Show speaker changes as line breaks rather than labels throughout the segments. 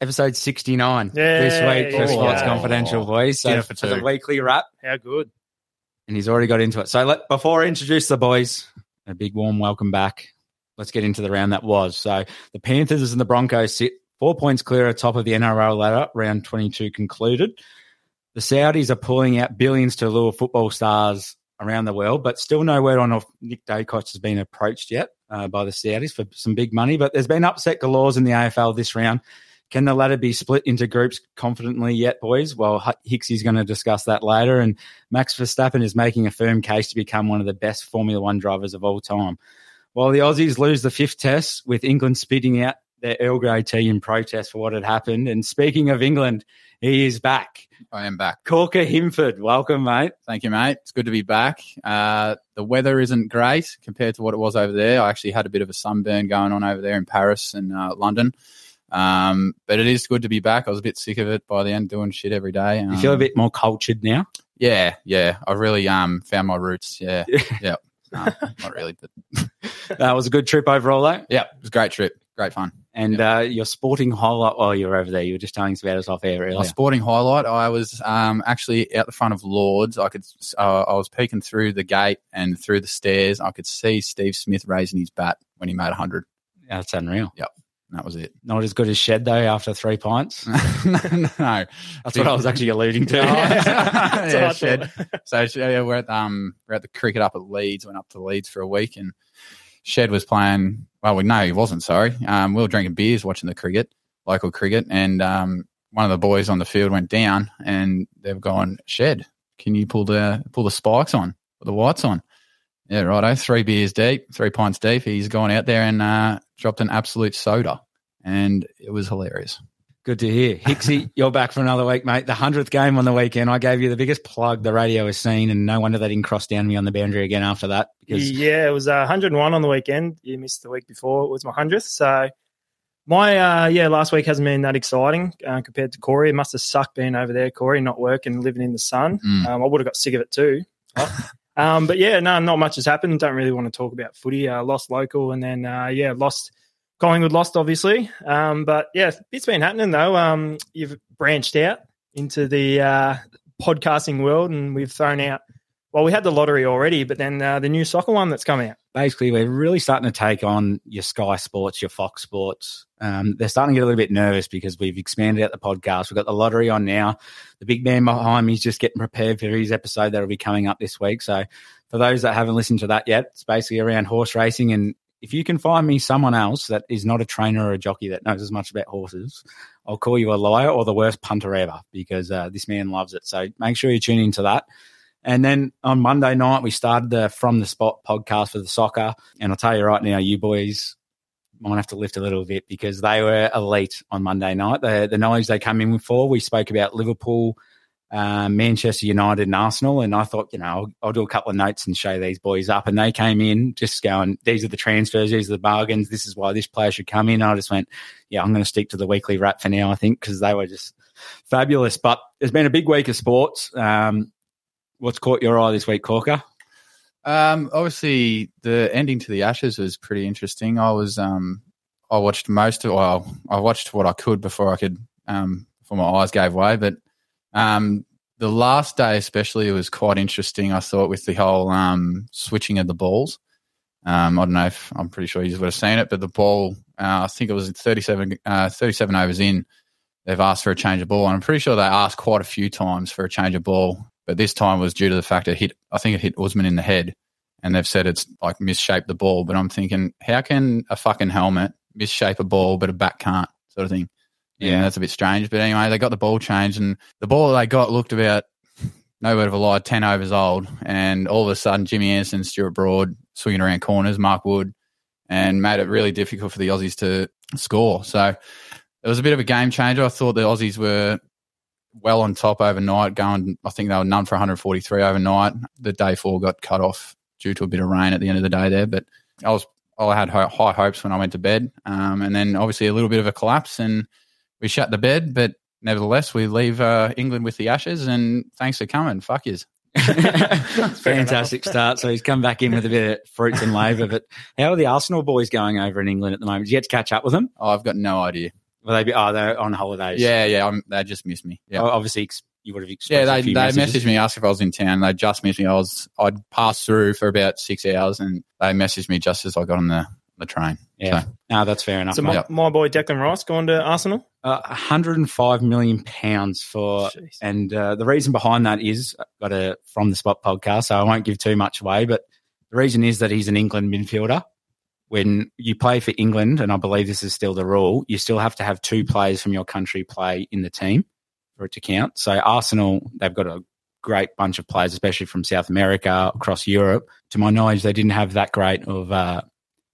episode 69 this week
yeah,
for Sports
yeah.
Confidential Boys. So
Yeah, for
for the
two.
weekly wrap,
How good.
and he's already got into it. So let, before I introduce the boys, a big warm welcome back. Let's get into the round that was. So the Panthers and the Broncos sit four points clear atop of the NRL ladder, round 22 concluded. The Saudis are pulling out billions to lure football stars around the world, but still no word on if Nick Dacos has been approached yet uh, by the Saudis for some big money. But there's been upset galores in the AFL this round. Can the ladder be split into groups confidently yet, boys? Well, H- Hicksy's going to discuss that later. And Max Verstappen is making a firm case to become one of the best Formula One drivers of all time. While the Aussies lose the fifth test, with England spitting out their Earl Grey tea in protest for what had happened. And speaking of England, he is back.
I am back.
Corker Himford, welcome, mate.
Thank you, mate. It's good to be back. Uh, the weather isn't great compared to what it was over there. I actually had a bit of a sunburn going on over there in Paris and uh, London. Um, but it is good to be back. I was a bit sick of it by the end, doing shit every day.
You
Um,
feel a bit more cultured now.
Yeah, yeah. I really um found my roots. Yeah,
Yeah.
yeah. Um, not really, but
That was a good trip overall, though.
yeah, it was a great trip. Great fun.
And uh, your sporting highlight while you were over there, you were just telling us about us off air
My
earlier.
sporting highlight. I was um, actually out the front of Lords. I could. Uh, I was peeking through the gate and through the stairs. I could see Steve Smith raising his bat when he made hundred.
That's unreal.
And that was it.
Not as good as Shed, though, after three pints.
Mm. no, no, no.
That's what I was actually alluding to.
That's what I
yeah,
thought.
shed. So sh- yeah, we're at um we're at the cricket up at Leeds. Went up to Leeds for a week, and Shed was playing. Well, we no, he wasn't. Sorry, um, we were drinking beers, watching the cricket, local cricket, and um, one of the boys on the field went down, and they've gone Shed. Can you pull the pull the spikes on, put the whites on? Yeah, righto. Three beers deep, three pints deep. He's gone out there and uh, dropped an absolute soda, and it was hilarious.
Good to hear. Hicksy, you're back for another week, mate. The 100th game on the weekend. I gave you the biggest plug the radio has seen, and no wonder they didn't cross down me on the boundary again after that. Because
Yeah, it was uh, 101 on the weekend. You missed the week before. It was my 100th. So my, uh, yeah, last week hasn't been that exciting uh, compared to Corey. It must have sucked being over there, Corey, not working, living in the sun.
Mm.
Um, I would have got sick of it too. um, but yeah, no, not much has happened. Don't really want to talk about footy. Uh, lost local and then, uh, yeah, lost. Collingwood lost, obviously. Um, but yeah, it's been happening though. Um, you've branched out into the uh, podcasting world and we've thrown out well, we had the lottery already, but then uh, the new soccer one that's coming out.
basically, we're really starting to take on your Sky Sports, your Fox Sports. Um, they're starting to get a little bit nervous because we've expanded out the podcast. We've got the lottery on now. The big man behind me is just getting prepared for his episode that'll be coming up this week. So, for those that haven't listened to that yet, it's basically around horse racing. And if you can find me someone else that is not a trainer or a jockey that knows as much about horses, I'll call you a liar or the worst punter ever because uh, this man loves it. So make sure you tune into that. And then on Monday night, we started the From the Spot podcast for the soccer. And I'll tell you right now, you boys might have to lift a little bit because they were elite on Monday night. The, the knowledge they come in for, we spoke about Liverpool, uh, Manchester United, and Arsenal. And I thought, you know, I'll, I'll do a couple of notes and show these boys up. And they came in just going, these are the transfers, these are the bargains, this is why this player should come in. I just went, yeah, I'm going to stick to the weekly wrap for now, I think, because they were just fabulous. But there's been a big week of sports. Um, what's caught your eye this week, Corker?
Um, obviously, the ending to the Ashes was pretty interesting. I was, um, I watched most of, well, I watched what I could before I could, um, before my eyes gave way. But um, the last day, especially, it was quite interesting. I thought with the whole um, switching of the balls. Um, I don't know if I'm pretty sure you would have seen it, but the ball, uh, I think it was 37, uh, 37 overs in. They've asked for a change of ball, and I'm pretty sure they asked quite a few times for a change of ball, but this time was due to the fact it hit. I think it hit Usman in the head, and they've said it's like misshaped the ball. But I'm thinking, how can a fucking helmet misshape a ball, but a bat can't, sort of thing? Yeah,
Yeah.
that's a bit strange. But anyway, they got the ball changed, and the ball they got looked about no word of a lie, 10 overs old. And all of a sudden, Jimmy Anderson, Stuart Broad swinging around corners, Mark Wood, and made it really difficult for the Aussies to score. So it was a bit of a game changer. I thought the Aussies were well on top overnight, going, I think they were none for 143 overnight. The day four got cut off due to a bit of rain at the end of the day there. But I was, I had hi- high hopes when I went to bed. Um, and then obviously a little bit of a collapse and we shut the bed. But nevertheless, we leave uh, England with the ashes. And thanks for coming. Fuck yous.
Fantastic start. So he's come back in with a bit of fruits and labour. But how are the Arsenal boys going over in England at the moment? Did you get to catch up with them?
I've got no idea.
Well, they be, oh, they're on holidays.
Yeah, yeah, I'm, they just missed me. Yeah,
Oh, Obviously, ex- you would have
yeah,
expressed
they
a few
they
messages.
messaged me asked if I was in town. They just missed me. I was I'd passed through for about six hours, and they messaged me just as I got on the the train.
Yeah. No, that's fair enough.
So
mate.
my, my boy Declan Rice going to Arsenal.
Uh, 105 million pounds for
Jeez.
And uh, the reason behind that is I got a from the spot podcast, so I won't give too much away. But the reason is that he's an England midfielder. When you play for England, and I believe this is still the rule, you still have to have two players from your country play in the team for it to count. So Arsenal, they've got a great bunch of players, especially from South America across Europe. To my knowledge, they didn't have that great of uh,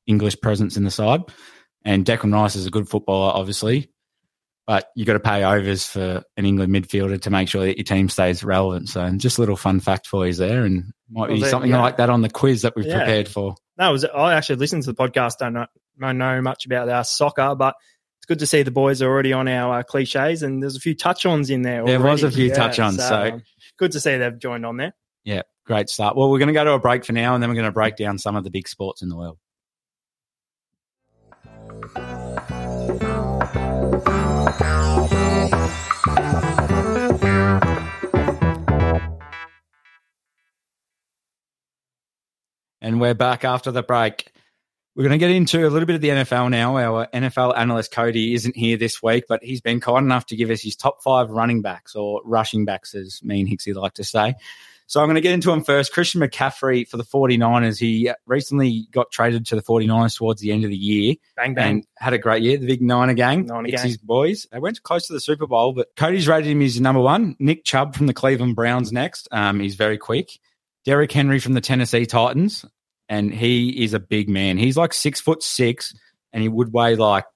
English presence in the side. And Declan Rice is a good footballer, obviously, but you got to pay overs for an England midfielder to make sure that your team stays relevant. So, just a little fun fact for you there, and might
Well,
be
there-
something
yeah.
like that on the quiz that we've
Yeah.
prepared for.
No, it was, I actually listened to the podcast. Don't know, don't know much about our soccer, but it's good to see the boys are already on our uh, cliches. And there's a few touch ons in there.
There was
already.
a few
Yeah,
touch-ons, so-
um, good to see they've joined on there.
Yeah, great start. Well, we're going to go to a break for now, and then we're going to break down some of the big sports in the world. And we're back after the break. We're going to get into a little bit of the NFL now. Our NFL analyst Cody isn't here this week, but he's been kind enough to give us his top five running backs or rushing backs, as me and Hixie like to say. So I'm going to get into him first. Christian McCaffrey for the 49ers. He recently got traded to the 49ers towards the end of the year
Bang, bang.
and had a great year. The big Niner gang.
Niner
it's
gang.
his boys. They went close to the Super Bowl, but Cody's rated him as number one. Nick Chubb from the Cleveland Browns next. Um, he's very quick. Derrick Henry from the Tennessee Titans. And he is a big man. He's like six foot six and he would weigh like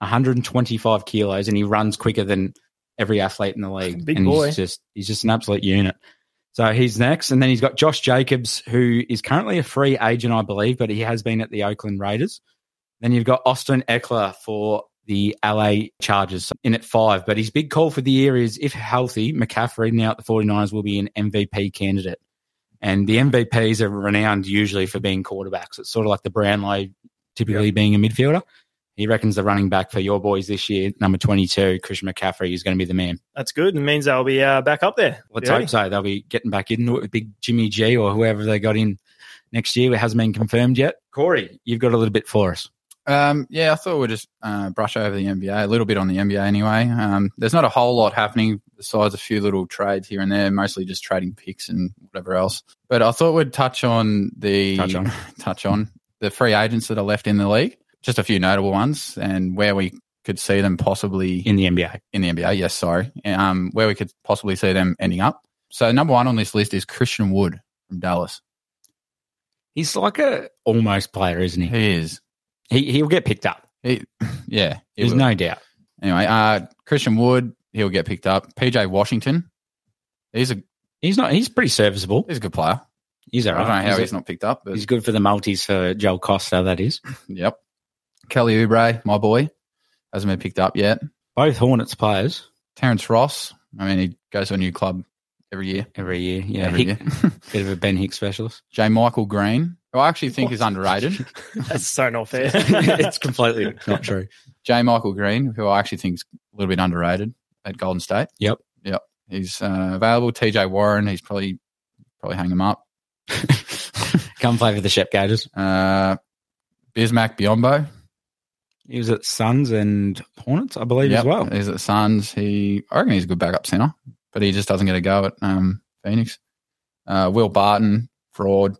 125 kilos and he runs quicker than every athlete in the league.
Big
and
boy.
He's just, he's just an absolute unit. So he's next. And then he's got Josh Jacobs, who is currently a free agent, I believe, but he has been at the Oakland Raiders. Then you've got Austin Eckler for the LA Chargers in at five. But his big call for the year is if healthy, McCaffrey now at the 49ers will be an MVP candidate. And the MVPs are renowned usually for being quarterbacks. It's sort of like the Brownlow typically being a midfielder. He reckons the running back for your boys this year, number 22, Christian McCaffrey, is going to be the man.
That's good. It means they'll be uh, back up there.
Let's
Yeah.
hope so. They'll be getting back into it with big Jimmy G or whoever they got in next year. It hasn't been confirmed yet. Corey, you've got a little bit for us.
Um, yeah, I thought we'd just uh, brush over the NBA a little bit on the NBA anyway. Um, there's not a whole lot happening besides a few little trades here and there, mostly just trading picks and whatever else. But I thought we'd touch on the
Touch on.
touch on the free agents that are left in the league, just a few notable ones, and where we could see them possibly
in the NBA.
in the NBA. Yes, sorry, um, where we could possibly see them ending up. So number one on this list is Christian Wood from Dallas.
He's like a almost player, isn't he?
He is,
He he'll get picked up.
he, yeah, he
There's
will.
no doubt.
Anyway, uh, Christian Wood, he'll get picked up. PJ Washington, he's a
He's not. He's pretty serviceable.
he's a good player.
He's all
I
right.
don't know how
he's,
he's, not picked up, but
he's good for the multis for Joel Costa. That is
yep. Kelly Oubre, my boy, hasn't been picked up yet.
both Hornets players
Terrence Ross, I mean, he goes to a new club every year.
every year. Yeah,
every
Hick-
year.
bit of a Ben Hicks specialist.
J. Michael Green, who I actually think is underrated.
That's so not fair.
it's completely not true.
J. Michael Green, who I actually think is a little bit underrated at Golden State.
Yep.
Yep. He's uh, available. TJ Warren, he's probably probably hang him up.
Come play for the Shep Gators.
Uh, Bismack Biombo.
He was at Suns and Hornets, I believe, as
Yep.
well.
He's at the Suns. He, I reckon he's a good backup center, but he just doesn't get a go at um, Phoenix. Uh, Will Barton, fraud.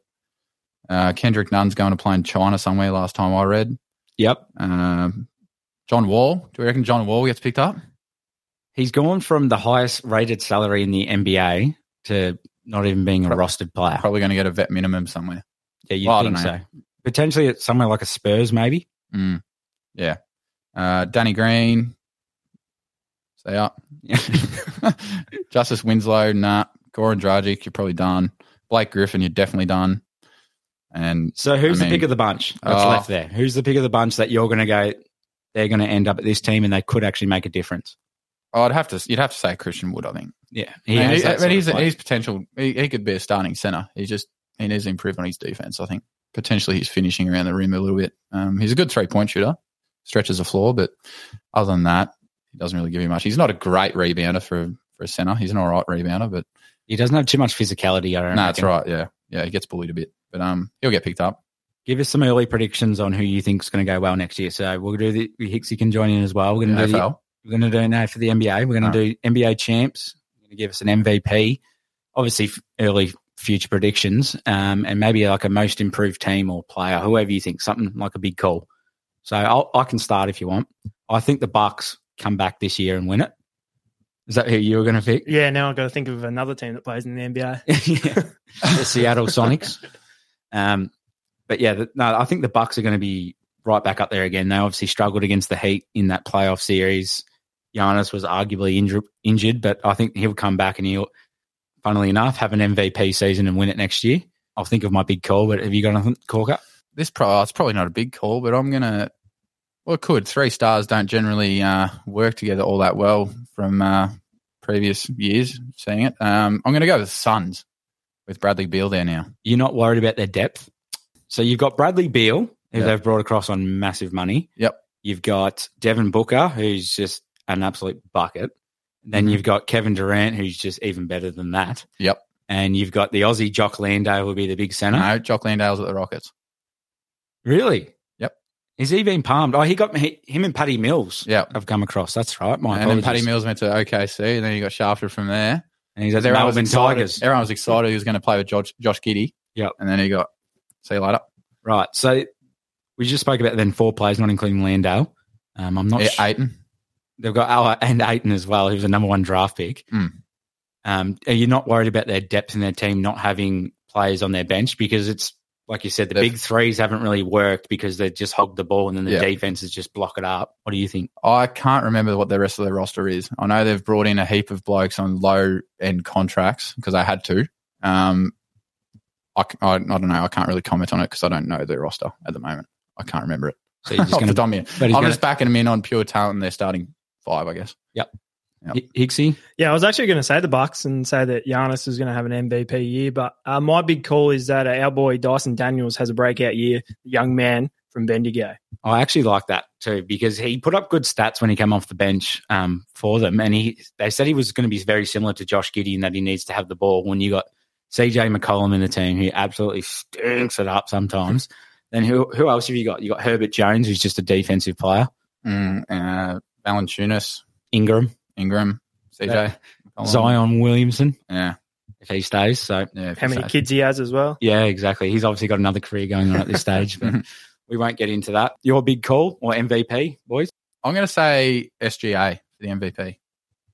Uh, Kendrick Nunn's going to play in China somewhere. Last time I read.
Yep,
Um, John Wall. Do we reckon John Wall gets picked up?
he's gone from the highest rated salary in the NBA to not even being a
Pro-
rostered player.
Probably going to get a vet minimum somewhere.
Yeah, you
Well, I
think
don't
so?
know.
Potentially at somewhere like a Spurs, maybe.
Mm. Yeah. Uh, Danny Green. Stay up. Justice Winslow, nah. Goran Dragic, you're probably done. Blake Griffin, you're definitely done. And
So who's
I
the pick
mean-
of the bunch that's
Oh.
left there? Who's the pick of the bunch that you're going to go? They're going to end up at this team, and they could actually make a difference.
I'd have to, you'd have to say Christian Wood, I think.
Yeah,
He
has that
but
sort of
he's,
play.
he's potential. He, he could be a starting center. He just he needs to improve on his defense. I think potentially he's finishing around the rim a little bit. Um, he's a good three point shooter. stretches the floor. But other than that, he doesn't really give you much. He's not a great rebounder for for a center. He's an all right rebounder, but
He doesn't have too much physicality. I don't.
no, that's
reckon.
right. Yeah, yeah, he gets bullied a bit, but um, he'll get picked up.
Give us some early predictions on who you think's going to go well next year. So we'll do the Hixie can join in as well. We're going to do the,
AFL.
we're going to do now for the NBA. We're going
All
to do NBA champs. You're going to give us an MVP. Obviously, f- early future predictions, um, and maybe like a most improved team or player, whoever you think, something like a big call. So I'll, I can start if you want. I think the Bucks come back this year and win it. Is that who you were going to pick?
Yeah, now I've got to think of another team that plays in the NBA.
yeah, the Seattle Sonics. Um, but yeah, the, no, I think the Bucks are going to be right back up there again. They obviously struggled against the Heat in that playoff series. Giannis was arguably injur- injured, but I think he'll come back and he'll, funnily enough, have an MVP season and win it next year. I'll think of my big call, but have you got anything, Corker?
this pro oh, it's probably not a big call, but I'm gonna well it could. Three stars don't generally uh, work together all that well from uh, previous years seeing it. Um, I'm gonna go with Suns with Bradley Beal there now.
You're not worried about their depth. So you've got Bradley Beal, who
Yeah.
they've brought across on massive money.
Yep.
You've got Devin Booker, who's just an absolute bucket. Then you've got Kevin Durant, who's just even better than that.
Mm-hmm. Yep.
And you've got the Aussie Jock Landale, who will be the big centre.
No, Jock Landale's at the Rockets.
Really?
Yep.
Has he been palmed? Oh, he got he, him and Paddy Mills.
Yeah.
I've come across. That's right. My
and then Paddy
apologies.
Mills went to OKC, and then he got shafted from there.
And he's at the
Everyone was
Melbourne
excited-
Tigers.
Everyone was excited he was going to play with Josh, Josh Giddy.
Yep.
And then he got see you later.
Right. So we just spoke about then four players, not including Landale. Um, I'm not
Yeah,
sure.
Aiton.
They've got Ala and Aiton as well, who's a number one draft pick.
Mm.
Um, are you not worried about their depth in their team not having players on their bench because it's like you said, the
They've-
big threes haven't really worked because they just hog the ball and then the
Yeah.
defenses just block it up. What do you think?
I can't remember what the rest of their roster is. I know they've brought in a heap of blokes on low end contracts because they had to. Um, I, c- I- I don't know. I can't really comment on it because I don't know their roster at the moment. I can't remember it.
So you're just
Off
going
the
to
top of my head.
but
I'm
he's gonna,
just backing them in on pure talent. and They're starting five, I guess.
Hi- Hixie.
Yeah, I was actually going to say the Bucks and say that Giannis is going to have an MVP year, but uh, my big call is that uh, our boy Dyson Daniels has a breakout year, the young man from Bendigo.
I actually like that too because he put up good stats when he came off the bench um, for them, and he they said he was going to be very similar to Josh Giddy in that he needs to have the ball. When you got CJ McCollum in the team, who absolutely stinks it up sometimes. Then who who else have you got? You got Herbert Jones, who's just a defensive player.
Mm, uh, Valanciunas,
Ingram,
Ingram, CJ, McCollum.
Zion Williamson,
Yeah,
if he stays. So
yeah.
How many
so-
kids he has as well.
yeah, exactly. He's obviously got another career going on at this stage, but we won't get into that. Your big call or MVP, boys?
I'm going to say SGA for the MVP.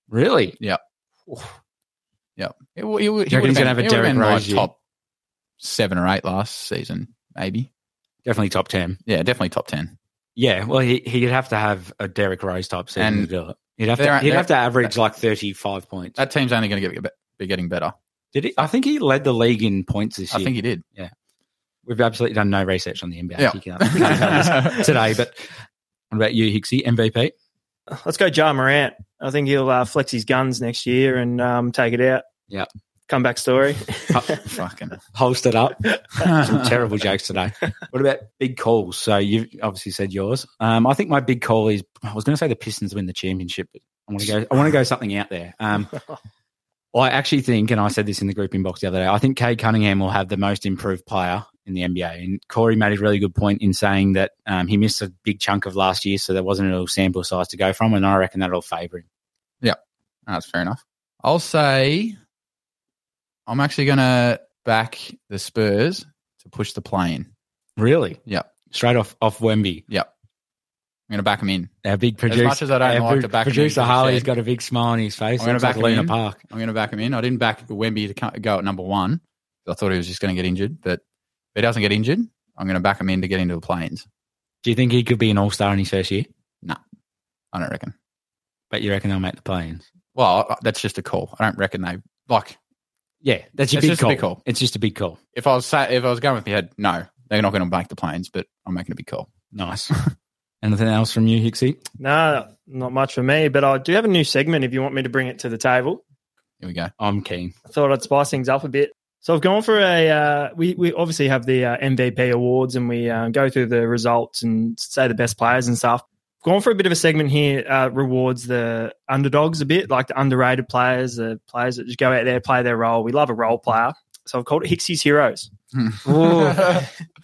Really?
It, w- it, w-
Do you reckon he's gonna have a
it would've
Derrick
been
Rose
like
year?
top seven or eight last season, maybe.
Definitely top ten.
Yeah, definitely top ten.
Yeah, well, he he'd have to have a Derrick Rose type season
And
to do it. He'd have
there
to
aren't-
he'd
there-
have to average like thirty five points.
That team's only going to get get- be getting better.
Did he? I think he led the league in points this year.
I think he did.
We've absolutely done no research on the NBA.
Yeah.
You can't- you can't tell us today, but what about you, Hixie? MVP?
Let's go, Ja Morant. I think he'll uh, flex his guns next year and um, take it out.
Yeah.
Comeback story.
fucking
Holstered up. Some terrible jokes today. What about big calls? So you've obviously said yours. Um, I think my big call is I was going to say the Pistons win the championship, but I want to go. I want to go something out there. Um, I actually think, and I said this in the group inbox the other day. I think Kay Cunningham will have the most improved player in the NBA. And Corey made a really good point in saying that um, he missed a big chunk of last year, so there wasn't a little sample size to go from, and I reckon that'll favour him.
That's fair enough. I'll say I'm actually going to back the Spurs to push the plane.
Really?
Yeah.
Straight off off Wemby.
I'm going to back them in.
Our big producer.
as much as I don't
our
like
pro-
to back him in,
producer
as you
Harley's
said.
got a big smile on his face.
I'm gonna
Looks like
back him
Luna
in.
Park.
I'm going to back him in. I didn't back Wemby to co- go at number one. 'cause I thought he was just going to get injured, but if he doesn't get injured, I'm going to back him in to get into the planes.
Do you think he could be an all star in his first year?
I don't reckon.
But you reckon they'll make the play-ins?
Well, I- that's just a call. I don't reckon they like.
Yeah, that's your
It's
big,
just a
call.
big call.
It's just a big call.
If I was sa- if I was going with my head, no, they're not going to make the planes, but I'm making a big call.
Nice. Anything else from you, Hixie?
no, not much for me, but I do have a new segment if you want me to bring it to the table.
Here we go.
I'm keen.
I thought I'd spice things up a bit. So I've gone for a. Uh, we we obviously have the uh, MVP awards, and we uh, go through the results and say the best players and stuff. gone for a bit of a segment here. Uh, rewards the underdogs a bit, like the underrated players, the players that just go out there play their role. We love a role player, so I've called it Hicksy's Heroes. Ooh.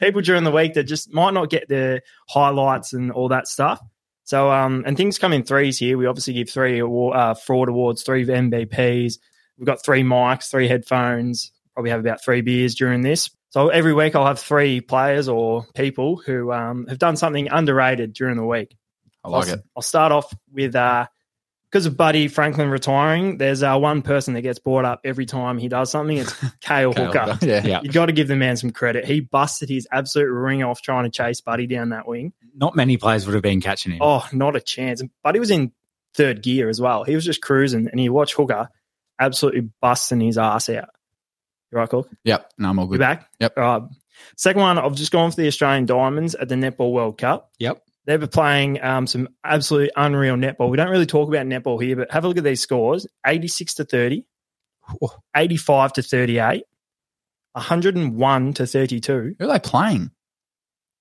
People during the week that just might not get the highlights and all that stuff. So, um, and things come in threes here. We obviously give three award, uh, fraud awards, three MVPs. We've got three mics, three headphones. Probably have about three beers during this. So every week I'll have three players or people who um, have done something underrated during the week.
I like
I'll,
it.
I'll start off with uh, because of Buddy Franklin retiring. There's uh, one person that gets brought up every time he does something. It's Kale
Okay,
Hooker.
I'll- Yeah.
Yeah.
You got to give the man some credit. He busted his absolute ring off trying to chase Buddy down that wing.
Not many players would have been catching him.
Oh, not a chance. And Buddy was in third gear as well. He was just cruising, and he watched Hooker absolutely busting his ass out. You right, Cook?
Yep. No, I'm all
You
good.
back?
Yep.
All right. Second one, I've just gone for the Australian Diamonds at the Netball World Cup.
Yep.
They were playing um, some absolute unreal netball. We don't really talk about netball here, but have a look at these scores 86 to 30, 85 to 38, 101 to 32,
Who are they playing?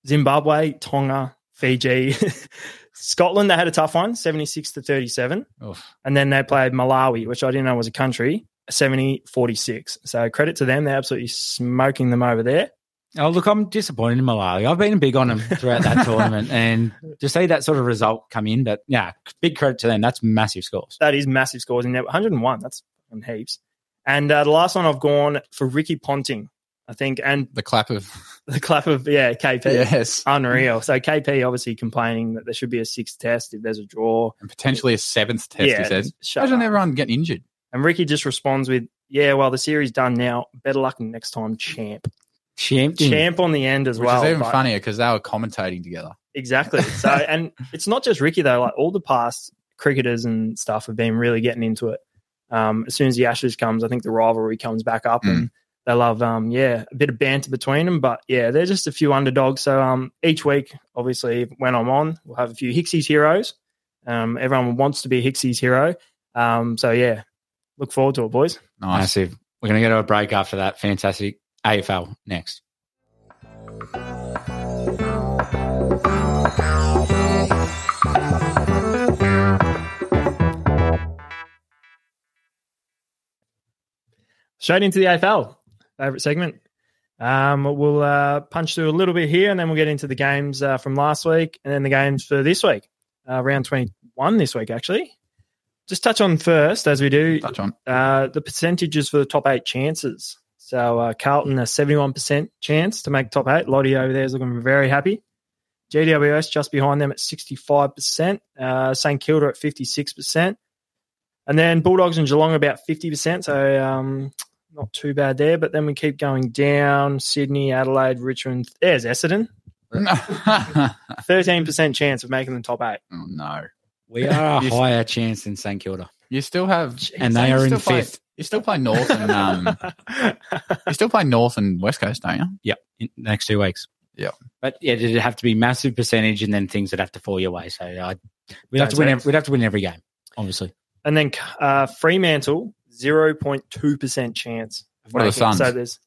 Zimbabwe, Tonga, Fiji, Scotland. They had a tough one 76 to 37.
Oof.
And then they played Malawi, which I didn't know was a country, 70 46. So credit to them. They're absolutely smoking them over there.
Oh, look, I'm disappointed in Malawi. I've been big on them throughout that tournament, and to see that sort of result come in, but yeah, big credit to them. That's massive scores.
That is massive scores in there. 101. That's fucking heaps. And uh, the last one I've gone for Ricky Ponting, I think, and
The clap of
the clap of yeah KP.
yes,
Unreal. So KP obviously complaining that there should be a sixth test if there's a draw.
and potentially a seventh test.
yeah,
He says.
shut
Imagine
up.
everyone getting injured.
And Ricky just responds with, "Yeah, well, the series done now. Better luck next time, champ."
Champ,
Champ on the end as
Mm. Which
well.
is even
but-
funnier because they were commentating together.
Exactly. So, and it's not just Ricky though. Like all the past cricketers and stuff have been really getting into it. Um, as soon as the Ashes comes, I think the rivalry comes back up, and
Mm.
they love, um, yeah, a bit of banter between them. But yeah, they're just a few underdogs. So um, each week, obviously, when I'm on, we'll have a few Hixie's heroes. Um, everyone wants to be Hixie's hero. Um, so yeah, look forward to it, boys.
Nice.
massive. We're going to go to a break after that. Fantastic AFL next.
Straight into the AFL favorite segment. Um, we'll uh, punch through a little bit here, and then we'll get into the games uh, from last week, and then the games for this week, uh, round twenty-one this week actually. Just touch on first, as we do,
Touch on.
uh, the percentages for the top eight chances. So uh, Carlton a seventy-one percent chance to make top eight. Lottie over there is looking very happy. GWS just behind them at sixty-five percent. Uh, St Kilda at fifty-six percent, and then Bulldogs and Geelong about fifty percent. So um, not too bad there. But then we keep going down. Sydney, Adelaide, Richmond. There's Essendon.
oh
Thirteen percent chance of making the top eight.
no.
We are a
You-
higher chance than St Kilda,
You still have
and they
you
are in
still play-
fifth.
You still play North and um, you still play North and West Coast, don't you?
in the next two weeks.
Yeah.
but yeah, did it have to be massive percentage, and then things that have to fall your way? So I, we'd have to
Don't
win.
say.
Every, we'd have to win every game, obviously.
And then uh, Fremantle, 0.2% chance. of
What
making
are the
it.
Suns?
So there's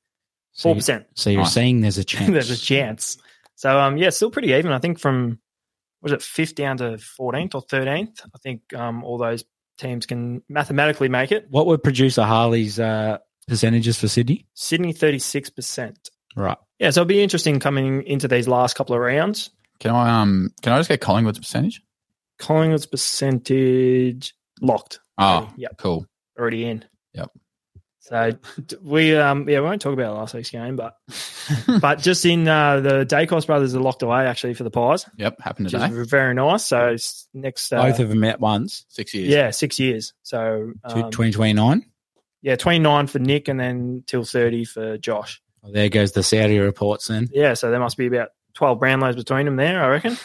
So, you-
4%.
so you're
Nice.
saying there's a chance.
there's a chance. So, um, yeah, still pretty even. I think from, was it 5th down to 14th or 13th? I think um, all those teams can mathematically make it.
What were producer Harley's uh, percentages for Sydney?
Sydney, 36%.
Right.
Yeah, so it'll be interesting coming into these last couple of rounds.
Can I um can I just get Collingwood's percentage?
Collingwood's percentage locked.
Ah.
Oh,
Yep.
cool.
already in.
Yep.
So d- we um yeah we won't talk about last week's game, but but just in uh, the Dacos brothers are locked away actually for the Pies,
Yep, happened
which
today.
is very nice. So s- next uh,
Both of them at once.
Six years.
yeah six years. So
Two-
um,
2029.
yeah twenty nine for Nick and then till thirty for Josh.
Well, there goes the Saudi reports then.
Yeah, so there must be about twelve Brownlows between them there, I reckon.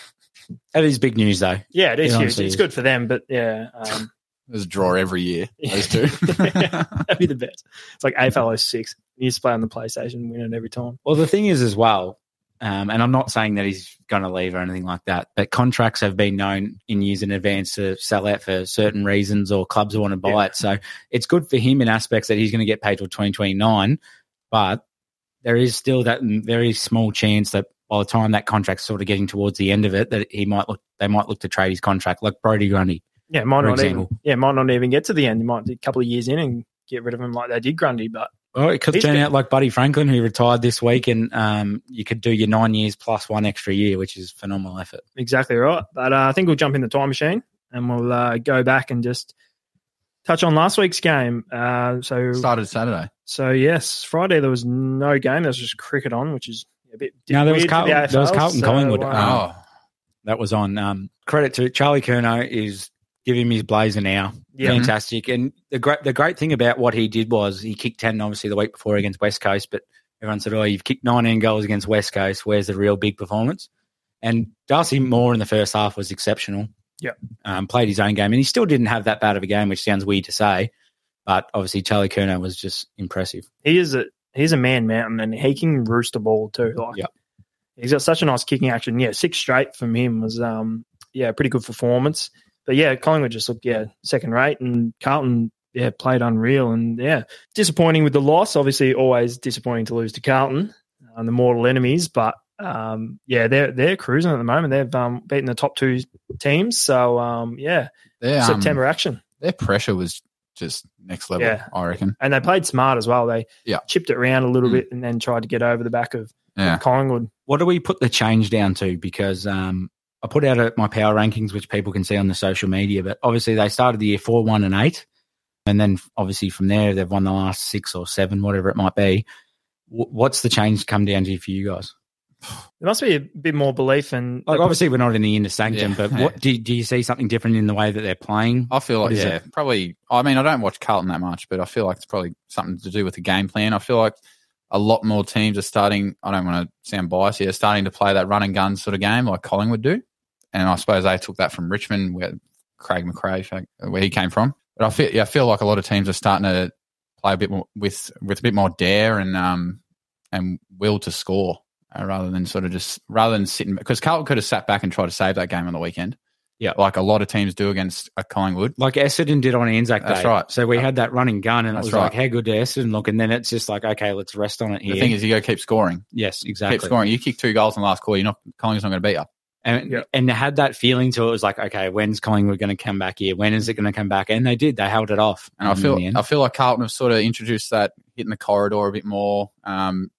That is big news though.
Yeah, it is
It
huge.
honestly
It's
is.
good for them, but yeah, um,
There's a draw every year.
Yeah.
Those two.
that'd be the best. It's like AFL 06. You just play on the PlayStation, win it every time.
Well, the thing is as well, um, and I'm not saying that he's going to leave or anything like that, but contracts have been known in years in advance to sell out for certain reasons or clubs want to buy
Yeah.
it. So it's good for him in aspects that he's going to get paid till 2029, but there is still that very mm, small chance that by the time that contract's sort of getting towards the end of it, that he might look they might look to trade his contract, like Brody Grundy.
Yeah, might
For
not even.
example.
Yeah, might not even get to the end. You might be a couple of years in and get rid of him like they did Grundy. But
Well, Oh, it could
He's
turn
been-
out like Buddy Franklin, who retired this week, and um, you could do your nine years plus one extra year, which is phenomenal effort.
exactly right. But uh, I think we'll jump in the time machine and we'll uh, go back and just touch on last week's game. Uh, so
Started Saturday.
so yes, Friday there was no game. There was just cricket on, which is a bit.
No, there was
weird for the
Carlton- there was
AFL,
Carlton Collingwood.
uh,
Um,
Oh,
That was on um, credit to Charlie Curno is give him his blazer now.
yeah,
Fantastic. And the great the great thing about what he did was he kicked ten obviously the week before against West Coast, but everyone said, Oh, you've kicked nineteen goals against West Coast, where's the real big performance? And Darcy Moore in the first half was exceptional.
Yep.
Um, played his own game and he still didn't have that bad of a game, which sounds weird to say. But obviously Charlie Curno was just impressive.
he is a he's a man mountain and he can roost a ball too. Like
Yep.
he's got such a nice kicking action. Yeah, six straight from him was um yeah, pretty good performance. But yeah, Collingwood just looked yeah, second rate and Carlton yeah, played unreal and yeah, disappointing with the loss. Obviously always disappointing to lose to Carlton and the mortal enemies, but um yeah, they're they're cruising at the moment. They've um beaten the top two teams. So um yeah,
their, um,
September action.
Their pressure was just next level.
Yeah.
I reckon.
and they played smart as well. They
Yeah.
chipped it around a little
Mm.
bit and then tried to get over the back of
Yeah.
Collingwood.
what do we put the change down to? Because um, I put out uh, my power rankings, which people can see on the social media. But obviously, they started the year four, one, and eight, and then f- obviously from there, they've won the last six or seven, whatever it might be. W- what's the change come down to for you guys?
There must be a bit more belief in.
Like, obviously, we're not in the inner sanctum,
Yeah.
but what do do you see something different in the way that they're playing?
I feel
What
like
is
yeah, probably. I mean, I don't watch Carlton that much, but I feel like it's probably something to do with the game plan. I feel like a lot more teams are starting. I don't want to sound biased here, starting to play that run and gun sort of game like Collingwood do, and I suppose they took that from Richmond, where Craig McRae, fact- where he came from. But I feel, yeah, I feel like a lot of teams are starting to play a bit more with with a bit more dare and um and will to score uh, rather than sort of just rather than sitting because Carlton could have sat back and tried to save that game on the weekend.
Yeah.
like a lot of teams do against a Collingwood.
Like Essendon did on Anzac Day.
That's right.
So we
Yeah.
had that running gun, and it
That's
was
right.
like, how good did Essendon look? And then it's just like, okay, let's rest on it here.
The thing is, you go keep scoring,
yes, exactly.
keep scoring. You kick two goals in the last quarter, you're not Collingwood's not going to beat you.
And
Yeah.
and they had that feeling to it was like, okay, when's Collingwood going to come back here? When is it going to come back? And they did. They held it off.
And
um,
I
in
feel
the end.
I feel like Carlton have sort of introduced that hitting the corridor a bit more. Um,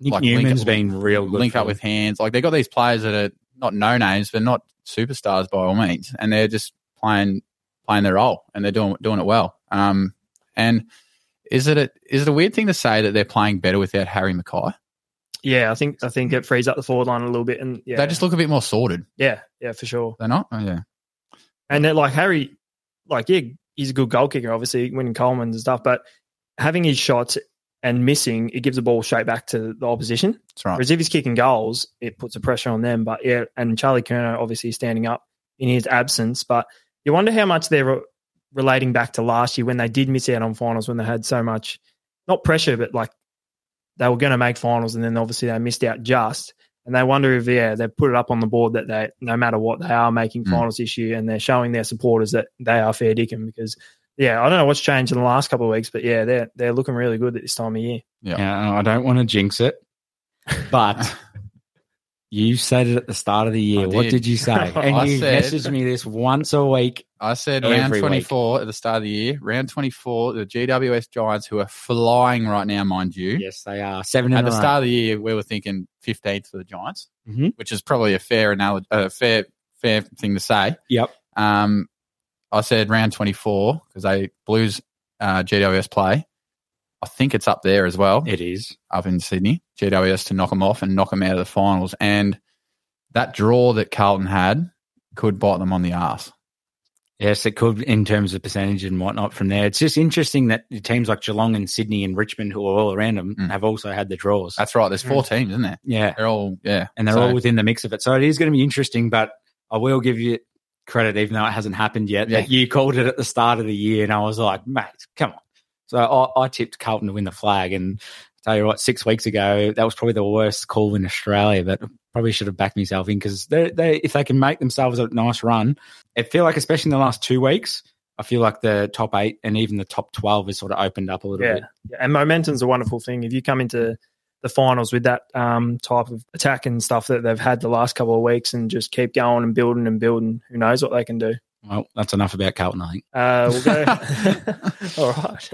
Nick
like, link
Newman's
up-
been real good.
link
for
up
them.
with hands. Like they got these players that are not no names, but not superstars by all means, and they're just playing playing their role and they're doing doing it well. Um, and is it a, is it a weird thing to say that they're playing better without Harry Mackay?
Yeah, I think I think it frees up the forward line a little bit, and yeah,
They just look a bit more sorted.
yeah, yeah, for sure.
They're not. Oh, yeah,
And then, like Harry, like yeah, he's a good goal kicker, obviously winning Coleman's and stuff, but having his shots and missing, it gives the ball straight back to the opposition.
that's right.
Whereas if he's kicking goals, it puts the pressure on them. But yeah, and Charlie Kerno obviously standing up in his absence. But you wonder how much they're re- relating back to last year when they did miss out on finals when they had so much, not pressure, but like they were going to make finals and then obviously they missed out just. And they wonder if yeah they put it up on the board that they no matter what they are making
Mm.
finals this year and they're showing their supporters that they are fair dickum because yeah I don't know what's changed in the last couple of weeks but yeah they're they're looking really good at this time of year
Yeah, and I don't want to jinx it, but you said it at the start of the year.
I
What
did.
did you say?
I
And you
said-
messaged me this once a week.
I said
Every
round
week.
24 at the start of the year. Round 24, the GWS Giants, who are flying right now, mind you.
Yes, they are seven
Hmm? At
in
the
a row.
start of the year, we were thinking 15th for the Giants,
Mhm.
which is probably a fair analogy, uh, fair fair thing to say.
Yep.
Um, I said round 24 because they Blues uh, GWS play. I think it's up there as well,
It is.
up in Sydney. GWS to knock them off and knock them out of the finals. And that draw that Carlton had could bite them on the arse.
Yes, it could in terms of percentage and whatnot from there. It's just interesting that the teams like Geelong and Sydney and Richmond, who are all around them,
Mm.
have also had the draws.
That's right. There's four teams, isn't there?
yeah.
They're all yeah,
and they're
So-
all within the mix of it. So it is going to be interesting, but I will give you credit, even though it hasn't happened yet, that you called it at the start of the year. And I was like, mate, come on. So I, I tipped Carlton to win the flag. And tell you what, six weeks ago, that was probably the worst call in Australia, but probably should have backed myself in because they, they, if they can make themselves a nice run, I feel like, especially in the last two weeks, I feel like the top eight and even the top 12 has sort of opened up a little
Yeah.
bit.
Yeah, and momentum's a wonderful thing. If you come into the finals with that um, type of attack and stuff that they've had the last couple of weeks and just keep going and building and building. Who knows what they can do?
Well, that's enough about Carlton, I think.
Uh, we'll go. All right.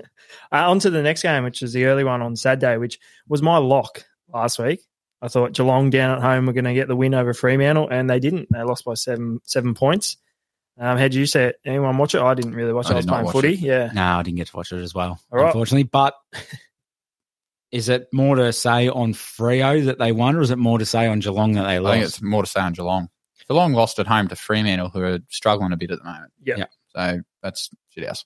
Uh, on to the next game, which is the early one on Saturday, which was my lock last week. I thought Geelong down at home were going to get the win over Fremantle, and they didn't. They lost by seven seven points. Um, how did you see it? Anyone watch it? I didn't really watch it.
I
I, was
did not
playing
watch
footy.
it.
Yeah.
No, I didn't get to watch it as well,
All right.
unfortunately. But is it more to say on Frio that they won, or is it more to say on Geelong that they
I think
lost?
it's more to say on Geelong. Geelong lost at home to Fremantle, who are struggling a bit at the moment.
Yeah.
Yeah.
So that's shit house.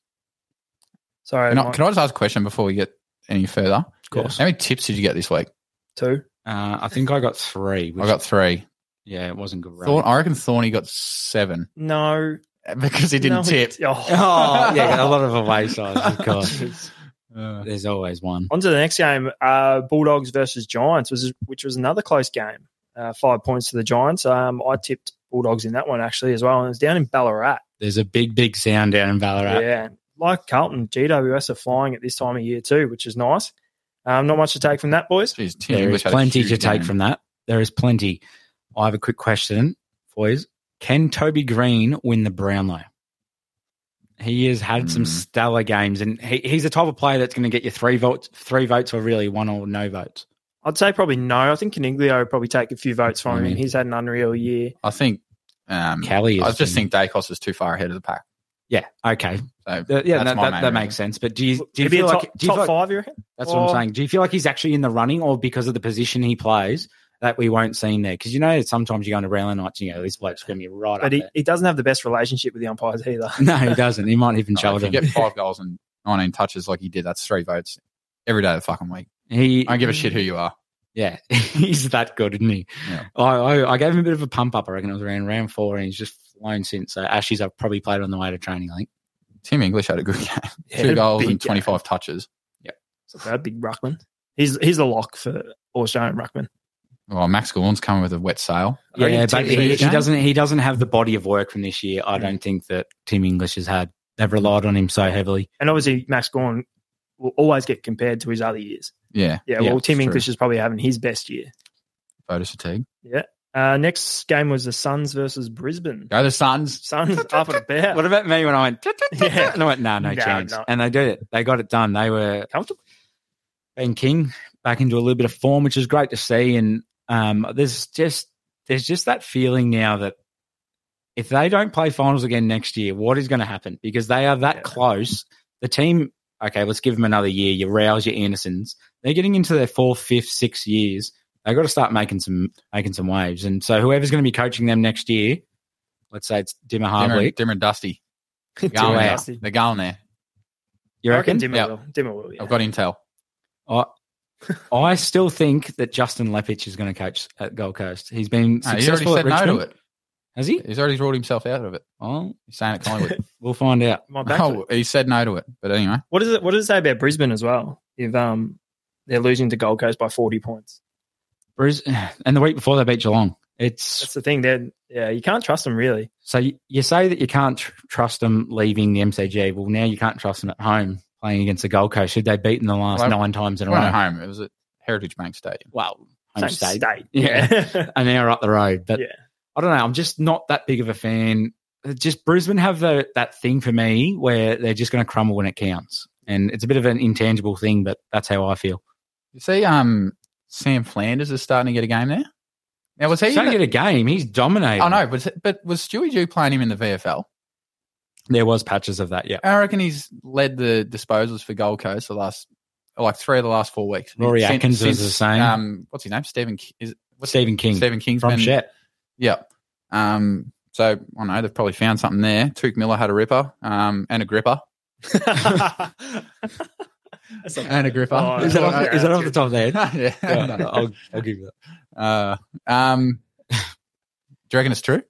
Sorry.
Can I,
Mike,
can I just ask a question before we get any further? Of
course.
How many tips did you get this week?
two.
Uh, I think I got three. Which,
I got three.
yeah, it wasn't good.
Thorn,
Right?
I reckon Thorny got seven
No.
because he didn't
no,
tip.
Oh.
oh, yeah, a lot of away sides, of course.
Jeez.
Uh,
There's always one.
On to the next game, uh, Bulldogs versus Giants, was, which was another close game. Uh, five points to the Giants. Um, I tipped Bulldogs in that one actually as well, and it was down in Ballarat.
There's a big, big sound down in Ballarat.
Yeah, like Carlton, GWS are flying at this time of year too, which is nice. Um, not much to take from that, boys.
geez, Tim
There
English
is
had a
plenty to
huge
take
game.
from that. There is plenty. I have a quick question for you. Can Toby Green win the Brownlow? He has had some
Hmm.
stellar games, and he, he's the type of player that's going to get you three votes, three votes, or really one or no votes.
I'd say probably no. I think Caniglio would probably take a few votes from him.
Mm.
He's had an unreal year.
I think. Um,
Kelly, is
I just think Dacos is too far ahead of the pack.
yeah, okay,
So
Th- yeah,
That's
that, that,
my main
that
reason.
makes sense. But do you do you
Maybe a
feel
top,
like do you
top
feel like-
five, you reckon?
That's what
Or-
I'm saying. Do you feel like he's actually in the running, or because of the position he plays that we won't see him there? Because you know sometimes you go into Brownlow nights, and you go, this bloke's going to be right up
But he,
there.
he doesn't have the best relationship with the umpires either.
No, he doesn't. He might even
Oh,
shoulder
if you
him.
get five goals and 19 touches like he did, that's three votes every day of the fucking week.
He,
I don't give a shit who you are.
Yeah, he's that good, isn't he?
Yeah.
I, I, I gave him a bit of a pump up. I reckon it was around round four, and he's just flown since. So Ashes, I've probably played on the way to training. I think.
Tim English had a good game.
Yeah,
Two goals
big
and
game.
25 touches.
It's a big ruckman. He's he's the lock for All Australian ruckman.
Well, Max Gorn's coming with a wet sail.
I reckon
Yeah,
Tim
but he,
English-
he doesn't. He doesn't have the body of work from this year. I don't think that Tim English has had. They've relied on him so heavily.
And obviously, Max Gorn will always get compared to his other years.
Yeah.
Yeah,
Yeah,
well, Tim
true.
English is probably having his best year.
Voter fatigue.
Uh, next game was the Suns versus Brisbane.
Go the Suns.
Suns up and about.
What about me when I went?
Yeah.
And I went, no, no,
No,
chance.
no.
And they did it. They got it done. They were
comfortable.
Ben King back into a little bit of form, which is great to see. And um, there's just there's just that feeling now that if they don't play finals again next year, what is going to happen? Because they are that
Yeah.
close. The team, okay, let's give them another year. Your Rouse, your Andersons, they're getting into their fourth, fifth, sixth years. They got to start making some making some waves. And so whoever's going to be coaching them next year, let's say it's Dimmer
Dimmer,
Harvey.
and- Dimmer and Dusty. They're
Dimmer
going
and
there.
Dusty.
They're going there.
You
I reckon
reckon?
Dimmer
Yeah.
will. Dimmer will. Yeah.
I've got intel.
I I still think that Justin Lepich is going to coach at Gold Coast. He's been
No, he's already
successful
said
at Richmond.
no to it.
Has he?
He's already ruled himself out of it.
Well,
He's saying it Collingwood.
we'll find out.
My back.
oh, he said no to it. But anyway,
What is it? What does it say about Brisbane as well? If um, they're losing to Gold Coast by forty points.
Bruce, and the week before they beat Geelong. It's
That's the thing. They're yeah, you can't trust them really.
so you, you say that you can't tr- trust them leaving the MCG. Well, now you can't trust them at home playing against the Gold Coast. Should they beaten the last
Well,
nine times in a
I went
row?
home. It was at Heritage Bank Stadium.
Well, home
Same
state,
state.
Yeah. an hour up the road. But
Yeah.
I don't know. I'm just not that big of a fan. Just Brisbane have the, that thing for me where they're just going to crumble when it counts. And it's a bit of an intangible thing, but that's how I feel.
You see, um, Sam Flanders is starting to get a game there. Now, was he?
He's
in
going
it?
to get a game. He's dominating.
I know, but but was Stewie Jew playing him in the VFL?
There was patches of that, yeah.
I reckon he's led the disposals for Gold Coast the last, like three of the last four weeks.
Rory
Since-
Atkins was
since,
the same.
Um, what's his name? Stephen. Ki- Is it- what's
Stephen King
Stephen King's
from
been-
Shet.
Yeah. Um. So I don't know they've probably found something there. Tuke Miller had a ripper. Um. And a gripper.
That's not
And a
bad.
gripper.
Oh,
Is that, off,
yeah,
is that
that's
off the top of their head?
yeah.
Yeah, no, no, I'll, I'll give you that.
Uh. Um. Do you reckon it's true? Do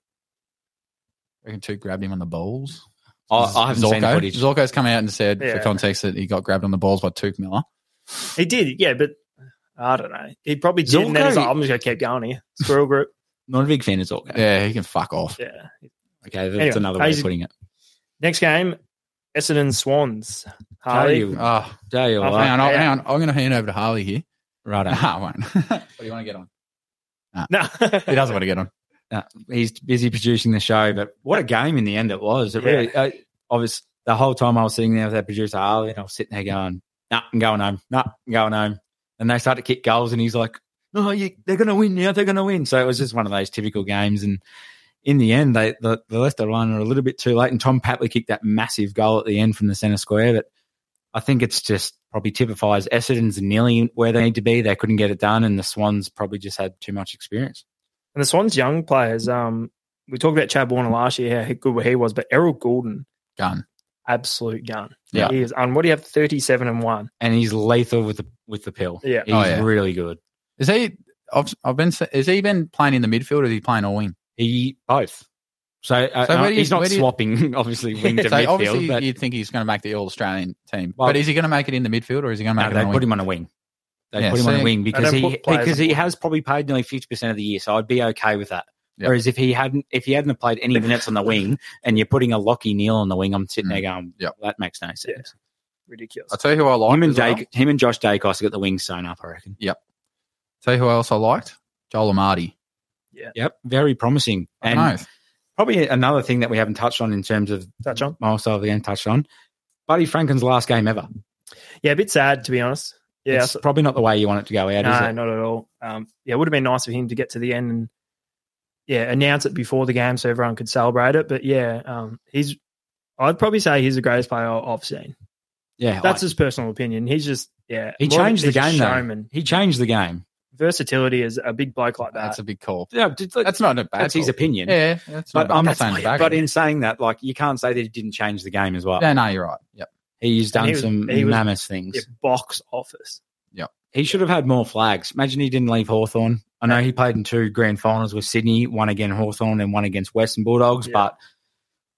you reckon Tuke grabbed him on the balls?
I, I haven't seen the
Zorko-
footage.
Zorko's come out and said, for
Yeah.
context, that he got grabbed on the balls by Tuke Miller.
good. He did. Yeah, but I don't know. He probably did. And then he's
Zorko-
like, I'm just gonna keep going here. Squirrel group.
Not a big fan of Zorko.
Yeah, he can fuck off.
Yeah.
Okay, that's
Anyway,
another way of
I-
putting it.
Next game, Essendon Swans.
Tell
Harley.
you,
Ah,
tell you
I
what.
hang on, I'll-
yeah.
hang on. I'm going to hand over to Harley here. Ah,
Right. on.
I won't. what do you want to get on?
No,
He doesn't want to get on.
he's busy producing the show, but what a game in the end it was. It
Yeah.
really, uh, obviously, the whole time I was sitting there with our producer, Harley, and I was sitting there going, nah, I'm going home. Nah, I'm going home. And they start to kick goals, and he's like, no, you, they're going to win now. They're going to win. So it was just one of those typical games. And in the end, they the, the Leicester line are a little bit too late, and Tom Patley kicked that massive goal at the end from the centre square. But I think it's just probably typifies Essendon's nearly where they need to be. They couldn't get it done, and the Swans probably just had too much experience.
And the Swans young players, um, we talked about Chad Warner last year, how good he was, but Errol Goulden,
Gun.
absolute gun.
Yeah.
He is on what do you have? Thirty seven and one.
and he's lethal with the with the pill.
Yeah.
he's
Oh, yeah.
really good.
Is he? I've, I've been. se- Has he been playing in the midfield? or Is he playing all wing?
He both. So, uh,
So where
uh,
do you-
he's not
where do you-
swapping, obviously, wing to
so obviously,
midfield. But
you'd think he's going to make the All Australian team,
Well-
but is he going to make it in the midfield or is he going to
no,
make it
they
on the
put
wing?
him on a wing. They
Yeah,
put him
so
on a
they-
wing because
don't
he
put players
because
on
he
the wing.
has probably played nearly fifty percent of the year, so I'd be okay with that.
Yeah.
Whereas if he hadn't if he hadn't played any minutes on the wing and you're putting a Lockie Neal on the wing, I'm sitting there going,
Mm. Yeah.
that makes no sense.
Ridiculous.
I'll tell you who I liked.
Him and
as well.
Dake, him and Josh Dacos have got the wings sewn up, I reckon.
Tell you who else I liked. Joel Amati.
Yep, very promising.
I
And
don't know.
probably another thing that we haven't touched on in terms of
Touch on.
milestone again touched on. Buddy Franken's last game ever.
Yeah, a bit sad to be honest. Yeah,
it's probably not the way you want it to go out,
no,
is it?
not at all. Um, yeah, it would have been nice for him to get to the end and yeah, announce it before the game so everyone could celebrate it. But yeah, um, he's I'd probably say he's the greatest player I've seen.
Yeah,
That's
I-
his personal opinion. He's just yeah,
He
more of a-
changed the
he's a
game, though.
Showman.
he changed the game.
Versatility is a big bloke like that.
That's a big call.
Yeah, that's,
That's not a bad.
that's his
call.
opinion.
Yeah, that's
but
not,
I'm
I'm
not
not saying it's bad.
But in saying that, like you can't say that he didn't change the game as well.
yeah, no, you're right. Yep.
He's done
he was-
some
he was-
mammoth things.
Yeah, box office.
He should have had more flags. Imagine he didn't leave Hawthorn. I know he played in two grand finals with Sydney, one against Hawthorn and one against Western Bulldogs.
Yeah.
But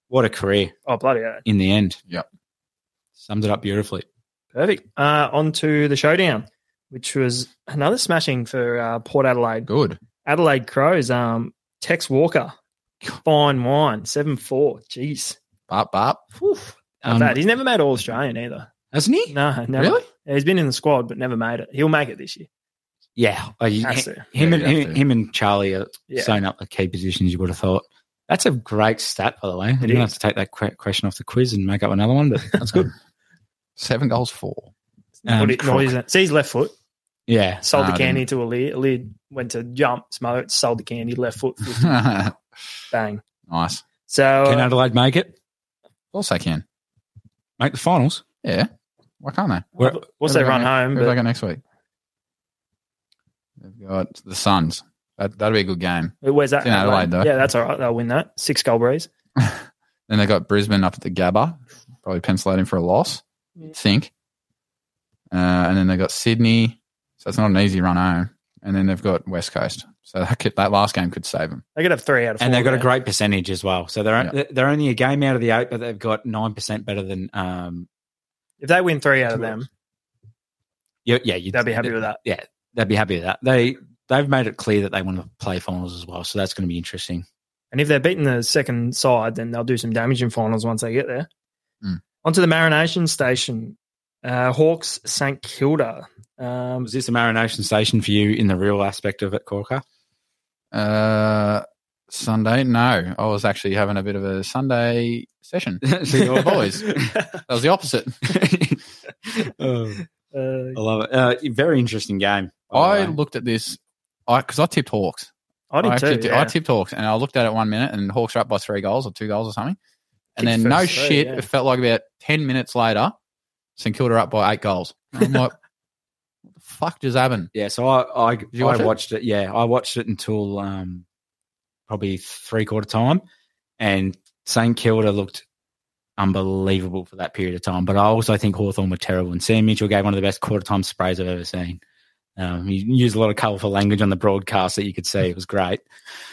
what a career
Oh bloody hell.
in the end.
Yep.
sums it up beautifully.
Perfect. Uh, on to the showdown, which was another smashing for uh, Port Adelaide.
Good.
Adelaide Crows. Um, Tex Walker, fine wine, seven four. Jeez,
Bop bop.
Whew, not
Um,
bad. He's never made All Australian either.
Hasn't he?
No, never.
Really?
Yeah, He's been in the squad but never made it. He'll make it this year.
Yeah. um, Uh, you-
Has to.
Him
Yeah,
and
you'd have
him,
to.
him and Charlie are
Yeah.
sewn up the key positions. You would have thought that's a great stat, by the way. I didn't have to take that que- question off the quiz and make up another one, but that's good.
Seven goals, four.
Um,
What it- no,
Crook.
he's not. See his left foot.
yeah,
Sold
Ah,
the candy to Alir. Alir went to jump, smoked, sold the candy, left foot, bang.
nice.
So
can
uh,
Adelaide make it?
Of course they can.
Make the finals?
Yeah. Why can't they?
Where,
what's their
Who have
run
they got
home?
ne- Who have
But
they got next week? They've got the Suns. That, that'll be a good game.
where's that?
It's in Adelaide, though.
Yeah, that's all right. They'll win that. Six goal breeze.
Then they got Brisbane up at the Gabba. Probably pencil out in for a loss, you'd think. Uh, and then they got Sydney. So it's not an easy run home. And then they've got West Coast. So that, could, that last game could save them.
They could have three out of four.
and they've got a
there.
great percentage as well. So they're they're only a game out of the eight, but they've got nine percent better than um.
If they win three out of them,
Yeah, yeah, you'd,
they'll be happy with that.
Yeah, they'd be happy with that. They they've made it clear that they want to play finals as well, so that's going to be interesting.
And if they're beating the second side, then they'll do some damage in finals once they get there.
Mm.
Onto the marination station. Uh, Hawks, St Kilda. Um,
Was this a marination station for you in the real aspect of it, Corker?
Uh, Sunday? No. I was actually having a bit of a Sunday session.
See
your boys. That was the opposite.
oh,
uh,
I love it. Uh, very interesting game. by
I
the way.
looked at this because I, tipped Hawks.
I did
I,
too.
tipped,
yeah.
I tipped Hawks, and I looked at it one minute, and Hawks are up by three goals or two goals or something. And
Kicked
then no
first three,
shit,
yeah.
it felt like about ten minutes later, St Kilda up by eight goals. And I'm like, what the fuck just happened?
yeah. So I I,
you watch
I
it?
watched it? Yeah, I watched it until um, probably three quarter time, and St Kilda looked unbelievable for that period of time. But I also think Hawthorn were terrible, and Sam Mitchell gave one of the best quarter time sprays I've ever seen. Um, he used a lot of colourful language on the broadcast that you could see. It was great.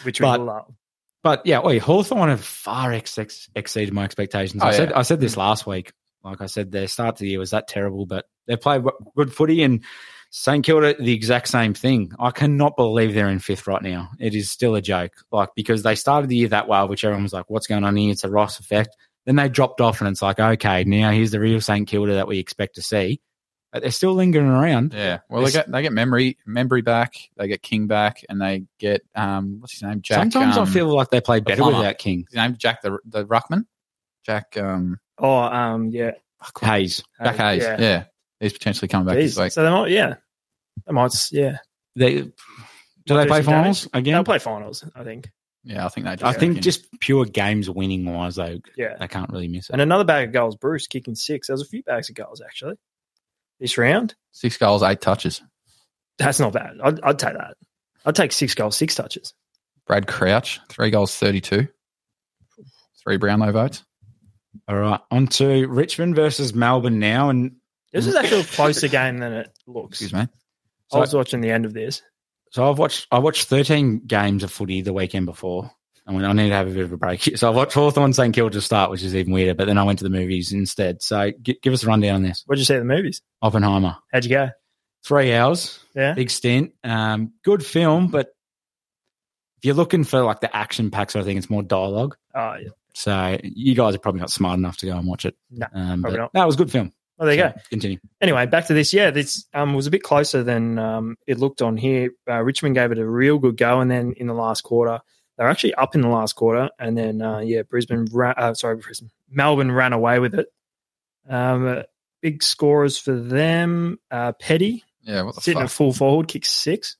which
but-
we love.
But yeah, oi, Hawthorn have far ex- ex- exceeded my expectations.
Oh,
I said
yeah.
I said this last week. Like I said, their start to the year was that terrible, but they played w- good footy and St Kilda the exact same thing. I cannot believe they're in fifth right now. It is still a joke. Like because they started the year that well, which everyone was like, "What's going on here?" It's a Ross effect. Then they dropped off, and it's like, okay, now here's the real St Kilda that we expect to see. but they're still lingering around.
Yeah. Well, they
It's-
get they get memory memory back. They get King back, and they get um what's his name? Jack.
Sometimes
um,
I feel like they play
the
better
plumber.
without King
his name Jack the the ruckman. Jack um
Oh, um, yeah.
Hayes.
Jack
Uh,
Hayes. Yeah. he's potentially coming back
Jeez.
this week.
So they might, yeah, they might, s- yeah,
They do they
do
play
some
finals again?
they'll play finals. I think.
yeah, I think they. Just
I think
reckon-
just pure games winning wise, though,
Yeah,
they can't really miss
and
it.
another bag of goals. Bruce kicking six. There's a few bags of goals actually this round.
six goals, eight touches.
That's not bad. I'd, I'd take that. I'd take six goals, six touches.
Brad Crouch, three goals, thirty-two. Three Brownlow votes.
All right, on to Richmond versus Melbourne now, and
This is actually a closer game than it looks.
Excuse me.
I was watching the end of this.
So I've watched I watched 13 games of footy the weekend before. I went, I need to have a bit of a break. here. So I watched Hawthorn St Kilda to start, which is even weirder. But then I went to the movies instead. So gi- give us a rundown on this.
What'd you see at the movies?
Oppenheimer,
How'd you go?
three hours,
Yeah.
big stint, um, good film. But if you're looking for like the action packs, I think it's more dialogue.
Oh, yeah.
So you guys are probably not smart enough to go and watch it.
No,
um,
probably
but
not.
That was a good film.
Well, there you go.
So Continue.
anyway, back to this. Yeah, this um, was a bit closer than um, it looked on here. Uh, Richmond gave it a real good go, and then in the last quarter, they were actually up in the last quarter, and then uh, yeah, Brisbane, ra- uh, sorry, Brisbane, Melbourne ran away with it. Um, uh, big scorers for them. Uh, Petty
Yeah, what the
sitting
fuck?
at full forward, kicks six,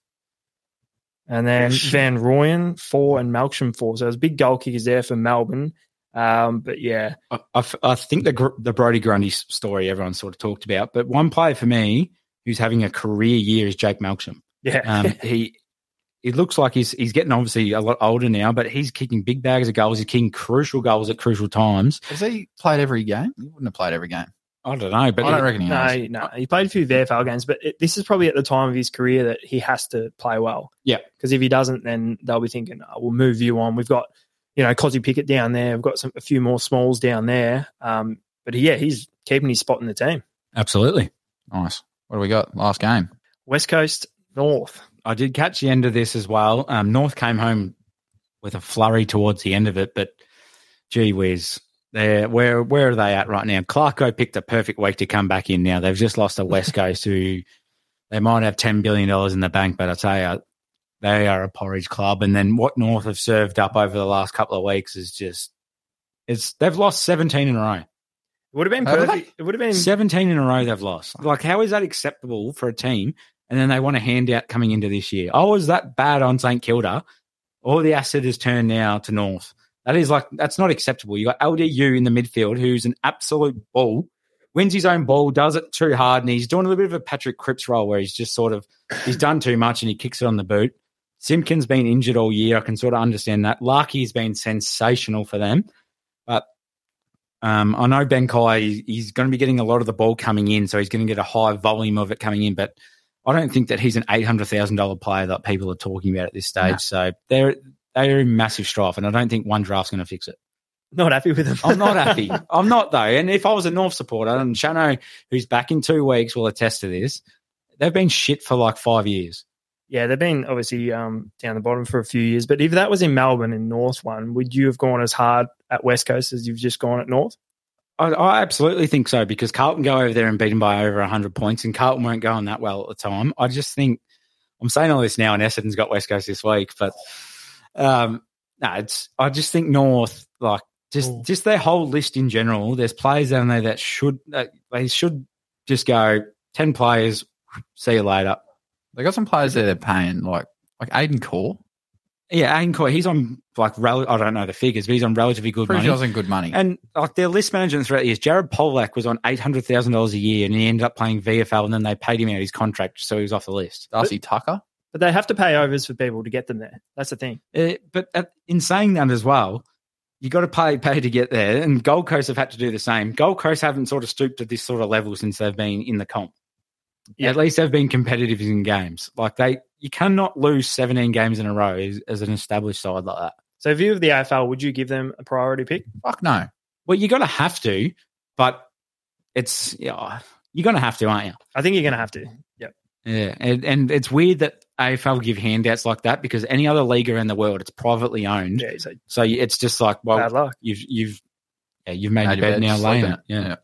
and then Van Rooyen four and Malcolm four. So it was big goal kickers there for Melbourne. Um, but yeah,
I, I f- I think the Gr- the Brody Grundy s- story everyone sort of talked about, but one player for me who's having a career year is Jake Melksham.
yeah,
Um, he it looks like he's he's getting obviously a lot older now, but he's kicking big bags of goals. He's kicking crucial goals at crucial times.
Has he played every game? He wouldn't have played every game.
I don't know, but
I don't reckon he has.
No, no. He played a few VFL games, but it, this is probably at the time of his career that he has to play well.
Yeah.
Because if he doesn't, then they'll be thinking, oh, we'll move you on. We've got, you know, Cosy Pickett down there. We've got some a few more smalls down there. Um, but yeah, he's keeping his spot in the team.
absolutely.
Nice. What do we got? Last game.
West Coast North.
I did catch the end of this as well. Um, North came home with a flurry towards the end of it, but gee whiz. They're, where where are they at right now? Clarko picked a perfect week to come back in now. They've just lost to West Coast who they might have ten billion dollars in the bank, but I tell you, they are a porridge club. And then what North have served up over the last couple of weeks is just it's they've lost seventeen in a row.
It would have been
Have
perfect. It would have been. Oh.
17 in a row they've lost. Like, how is that acceptable for a team? And then they want a handout coming into this year. I was that bad on St Kilda. All the asset is turned now to North. That is like, that's not acceptable. You got LDU in the midfield, who's an absolute ball, wins his own ball, does it too hard, and he's doing a little bit of a Patrick Cripps role where he's just sort of, he's done too much and he kicks it on the boot. Simpkins been injured all year. I can sort of understand that. Larky's been sensational for them. Um, I know Ben Kai, he- he's going to be getting a lot of the ball coming in, so he's going to get a high volume of it coming in. But I don't think that he's an eight hundred thousand dollar player that people are talking about at this stage.
No.
So they're they are in massive strife, and I don't think one draft's going to fix it.
Not happy with him.
I'm not happy. I'm not though. And if I was a North supporter, and Shano, who's back in two weeks, will attest to this. They've been shit for like five years.
yeah, they've been obviously um, down the bottom for a few years. But if that was in Melbourne in North one, would you have gone as hard at West Coast as you've just gone at North?
I, I absolutely think so because Carlton go over there and beat them by over 100 points, and Carlton weren't going that well at the time. I just think I'm saying all this now, and Essendon's got West Coast this week, but um, no, it's I just think North like just
Mm.
just their whole list in general. There's players down there that should that they should just go 10 players. See you later.
They got some players there they're paying like like Aiden Core.
Yeah, Aiden Coy, he's on like rel- I don't know the figures, but he's on relatively good
Pretty
money.
sure it's in good money.
And like their list management throughout the years, Jared Polak was on eight hundred thousand dollars a year, and he ended up playing VFL, and then they paid him out his contract, so he was off the list.
Darcy Tucker.
But they have to pay overs for people to get them there. That's the thing.
Uh, but uh, in saying that as well, you got to pay pay to get there, and Gold Coast have had to do the same. Gold Coast haven't sort of stooped to this sort of level since they've been in the comp.
Yeah.
At least they've been competitive in games. Like they, you cannot lose seventeen games in a row as, as an established side like that.
So, view of the AFL, would you give them a priority pick?
Fuck no.
Well, you're gonna have to, but it's yeah, you're gonna have to, aren't you?
I think you're going to have to.
Yeah, and, and it's weird that AFL give handouts like that because any other league around the world, it's privately owned.
Yeah, so
So you- it's just like, well,
bad luck.
you've you've yeah, you've made
Made
your
your
bed
bed,
now,
sleep
laying
in
it.
it.
Yeah.
Yeah.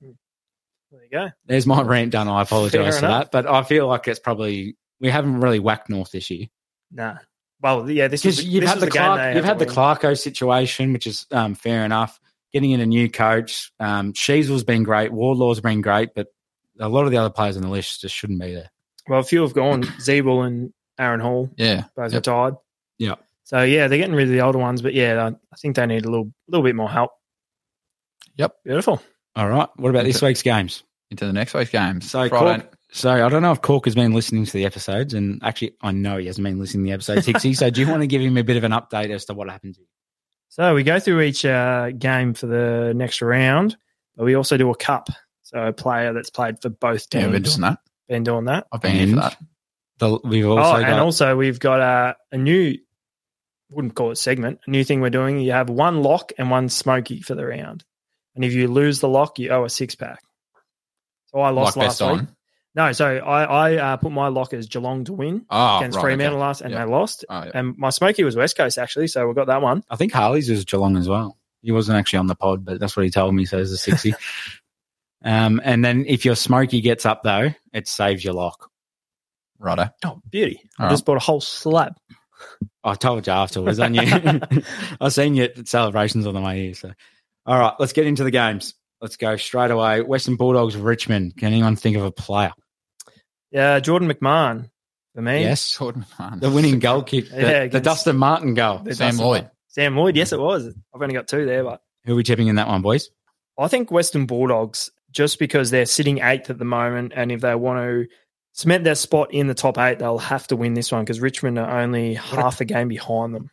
There you go.
There's my rant done. I
Fair
apologise for
enough.
that, but I feel like it's probably we haven't really whacked North this year
Nah. Well, yeah, this
because
is
you've
this
had
is
the,
game
Clark,
they
you've had
had to
the
win.
Clarko situation, which is um, fair enough. Getting in a new coach, um, Sheasel's been great, Wardlaw's been great, but a lot of the other players on the list just shouldn't be there.
Well, a few have gone. Zeeble and Aaron Hall
Yeah.
both
Yep.
retired.
Yeah.
So yeah, they're getting rid of the older ones, but yeah, I I think they need a little little bit more help.
Yep.
Beautiful.
All right, what about this
Okay.
week's games?
Into the next week's game.
So
Friday.
Cork, so I don't know if Cork has been listening to the episodes, and actually I know he hasn't been listening to the episodes, Hixie. so do you want to give him a bit of an update as to what happened?
So we go through each uh, game for the next round, but we also do a cup. So a player that's played for both teams.
Yeah, we're doing that.
Been doing that.
I've been here for
And-
that.
The, we've also
oh,
got
and also we've got a, a new, wouldn't call it segment, a new thing we're doing. You have one lock and one smoky for the round. And if you lose the lock, you owe a six pack. So I lost
Like
last
best
week.
on.
No, so I, I uh, put my lock as Geelong to win
Oh,
against
right,
Fremantle
okay.
last, and
Yeah.
they lost.
Oh, yeah.
And my smoky was West Coast actually, so we got that one.
I think Harley's is Geelong as well. He wasn't actually on the pod, but that's what he told me. So it's a 60. um, and then if your smoky gets up, though, it saves your lock.
Righto.
Oh, beauty! I
All
just bought a whole slab.
I told you afterwards, I knew. I've seen you at celebrations on the way here. So, all right, let's get into the games. Let's go straight away. Western Bulldogs, Richmond. Can anyone think of a player?
Yeah, Jordan McMahon for me.
Yes.
Jordan Mahon.
The winning goal kick, the,
Yeah,
the
against-
Dustin Martin goal.
The
Sam
Dustin-
Lloyd.
Sam Lloyd. Yes, it was. I've only got two there, but
Who are we tipping in that one, boys?
I think Western Bulldogs just because they're sitting eighth at the moment, and if they want to cement their spot in the top eight, they'll have to win this one because Richmond are only half a game behind them.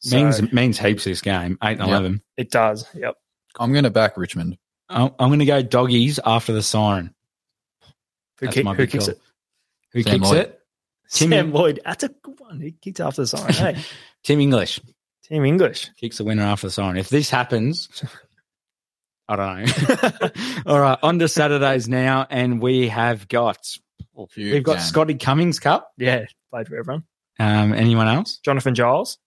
So
means means heaps this game, 8 and
Yeah.
11.
it does. Yep.
I'm going to back Richmond.
I'm, I'm going to go doggies after the siren.
Who,
That's
kick,
my
who
big
kicks
call.
it?
Who
Sam
kicks
Lloyd.
it? Tim-
Sam Lloyd. That's a good one. He kicked after the sign. Hey,
Tim English
Team English.
kicks the winner after the siren. If this happens, I don't know. All right, on to Saturdays now, and we have got
Huge
we've got
game.
Scotty Cummings Cup.
Yeah, played for everyone.
Um, anyone else?
Jonathan Giles.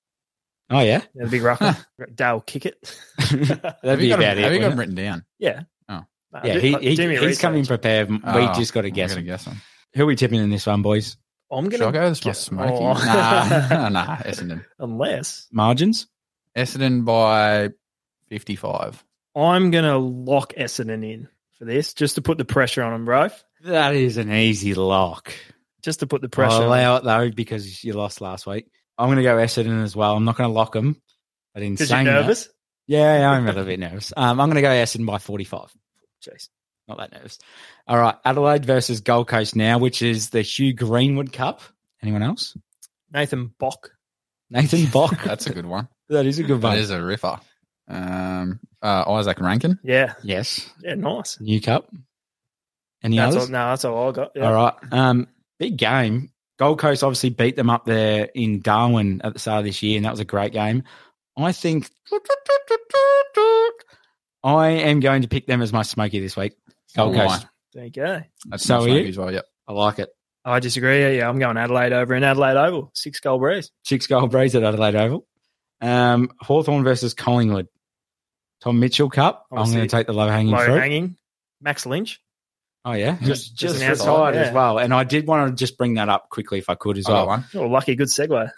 Oh yeah,
Yeah, the big rough one. Dale Kickett.
that'd
Have you
be
got
about
him, have
it.
you got him
wouldn't
written down?
yeah.
Oh.
Nah,
it? Yeah,
do-
he,
uh,
he,
do me
he's
research.
coming prepared. We
Oh,
just got to
I'm
guess.
gonna
him.
guess him.
Who are we tipping in this one, boys?
I'm
Should I
going to,
go with my
Yeah.
smoky?
Oh.
Nah, nah, Essendon.
unless
Margins?
Essendon by 55.
I'm going to lock Essendon in for this just to put the pressure on them, bro.
That is an easy lock.
Just to put the
I'll
pressure on 'em.
allow it though because you lost last week. I'm going to go Essendon as well. I'm not going to lock them. But in
'Cause you're
saying that-
nervous.
Yeah, yeah, I'm a little bit nervous. Um, I'm going to go Essendon by 45.
Jeez.
Not that nervous. All right, Adelaide versus Gold Coast now, which is the Hugh Greenwood Cup. Anyone else?
Nathan Bock.
Nathan Bock.
That's a good one.
that is a good
That
one.
is a ripper. Um, uh, Isaac Rankin.
Yeah.
yes,
Yeah, nice.
new cup. Any
That's all,
others?
no, that's all I got. Yeah.
All right. Um, big game. Gold Coast obviously beat them up there in Darwin at the start of this year, and that was a great game. I think I am going to pick them as my smoky this week. Gold
Oh,
Coast.
There you go.
That's
So
so
are you?
as well. Yep.
I like it.
I disagree. Yeah, yeah, I'm going Adelaide over in Adelaide Oval. Six goal breeze.
six goal breeze at Adelaide Oval. Um, Hawthorn versus Collingwood. Tom Mitchell Cup. I'm
Obviously,
going to take the low hanging
Low
fruit.
hanging. Max Lynch.
oh yeah,
Just-
just, just
just an outside,
retired
yeah.
as well. And I did want to just bring that up quickly if I could as
I got
well.
one.
Oh, lucky. Good segue.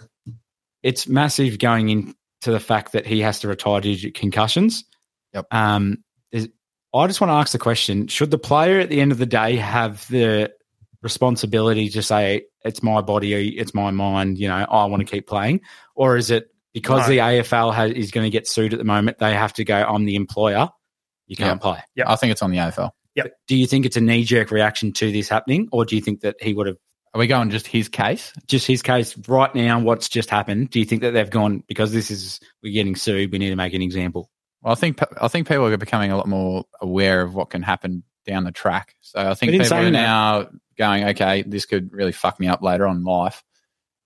It's massive going into the fact that he has to retire due to concussions.
Yep.
Um, is- I just want to ask the question: Should the player at the end of the day have the responsibility to say it's my body, it's my mind, you know, I want to keep playing, or is it because
No.
the AFL has, is going to get sued at the moment, they have to go, I'm the employer, you can't play.
Yep.
I think it's on the AFL.
Do you think it's a knee jerk reaction to this happening, or do you think that he would have
Are we going just his case?
just his case right now? What's just happened? Do you think that they've gone because this is we're getting sued, we need to make an example?
Well, I think pe- I think people are becoming a lot more aware of what can happen down the track. So I
But
think
in
people are
saying that-
now going, okay, this could really fuck me up later on in life.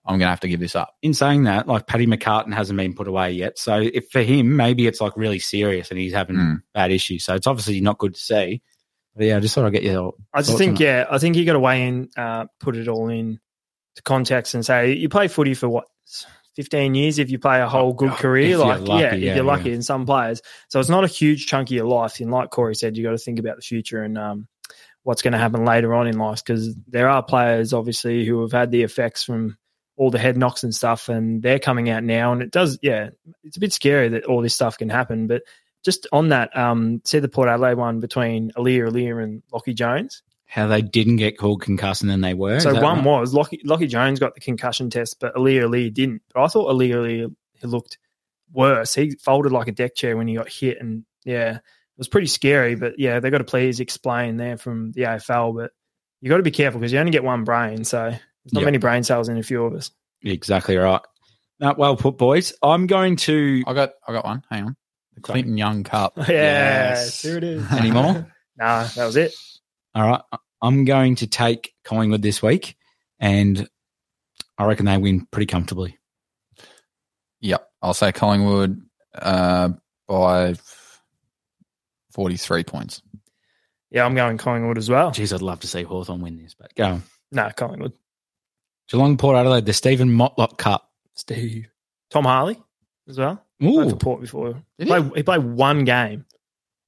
I'm going to have to give this up.
in saying that, like Paddy McCartan hasn't been put away yet. So if for him, maybe it's like really serious and he's having
Hmm.
bad issues. So it's obviously not good to see. But yeah, I just thought I'd get your
I just
Thoughts
think,
on
yeah, I think you got to weigh in, uh, put it all in to context and say you play footy for what, 15 years if you play a whole good
Oh, If
career?
you're
like,
lucky,
yeah,
yeah,
if you're lucky
yeah.
in some players. So it's not a huge chunk of your life. And like Corey said, you got to think about the future and um, what's going to happen later on in life because there are players obviously who have had the effects from all the head knocks and stuff and they're coming out now and it does yeah it's a bit scary that all this stuff can happen but just on that um see the Port Adelaide one between Alia Alia and Lockie Jones
How they didn't get called concussed and then they were.
so
Is that
one
right?
was Lockie, Lockie Jones got the concussion test but Alia Alia didn't but I thought Alia Alia he looked worse he folded like a deck chair when he got hit and yeah it was pretty scary but yeah they got to please explain there from the AFL but you got to be careful because you only get one brain so there's not
Yeah.
many brain cells in a few of us
Exactly right. No, well put, boys. I'm going to.
I got I got one. Hang on. The
Sorry.
Clinton Young Cup.
Yeah, there it is.
Any more?
Nah, that was it.
All right. I'm going to take Collingwood this week, and I reckon they win pretty comfortably.
Yep. I'll say Collingwood uh, by 43 points.
Yeah, I'm going Collingwood as well.
Jeez, I'd love to see Hawthorn win this, but go. On.
Nah, Collingwood.
Geelong, Port Adelaide, the Stephen Motlock Cup.
Steve. Tom Harley as well. Played
Ooh,
for Port before. He
Did he?
played, he played one game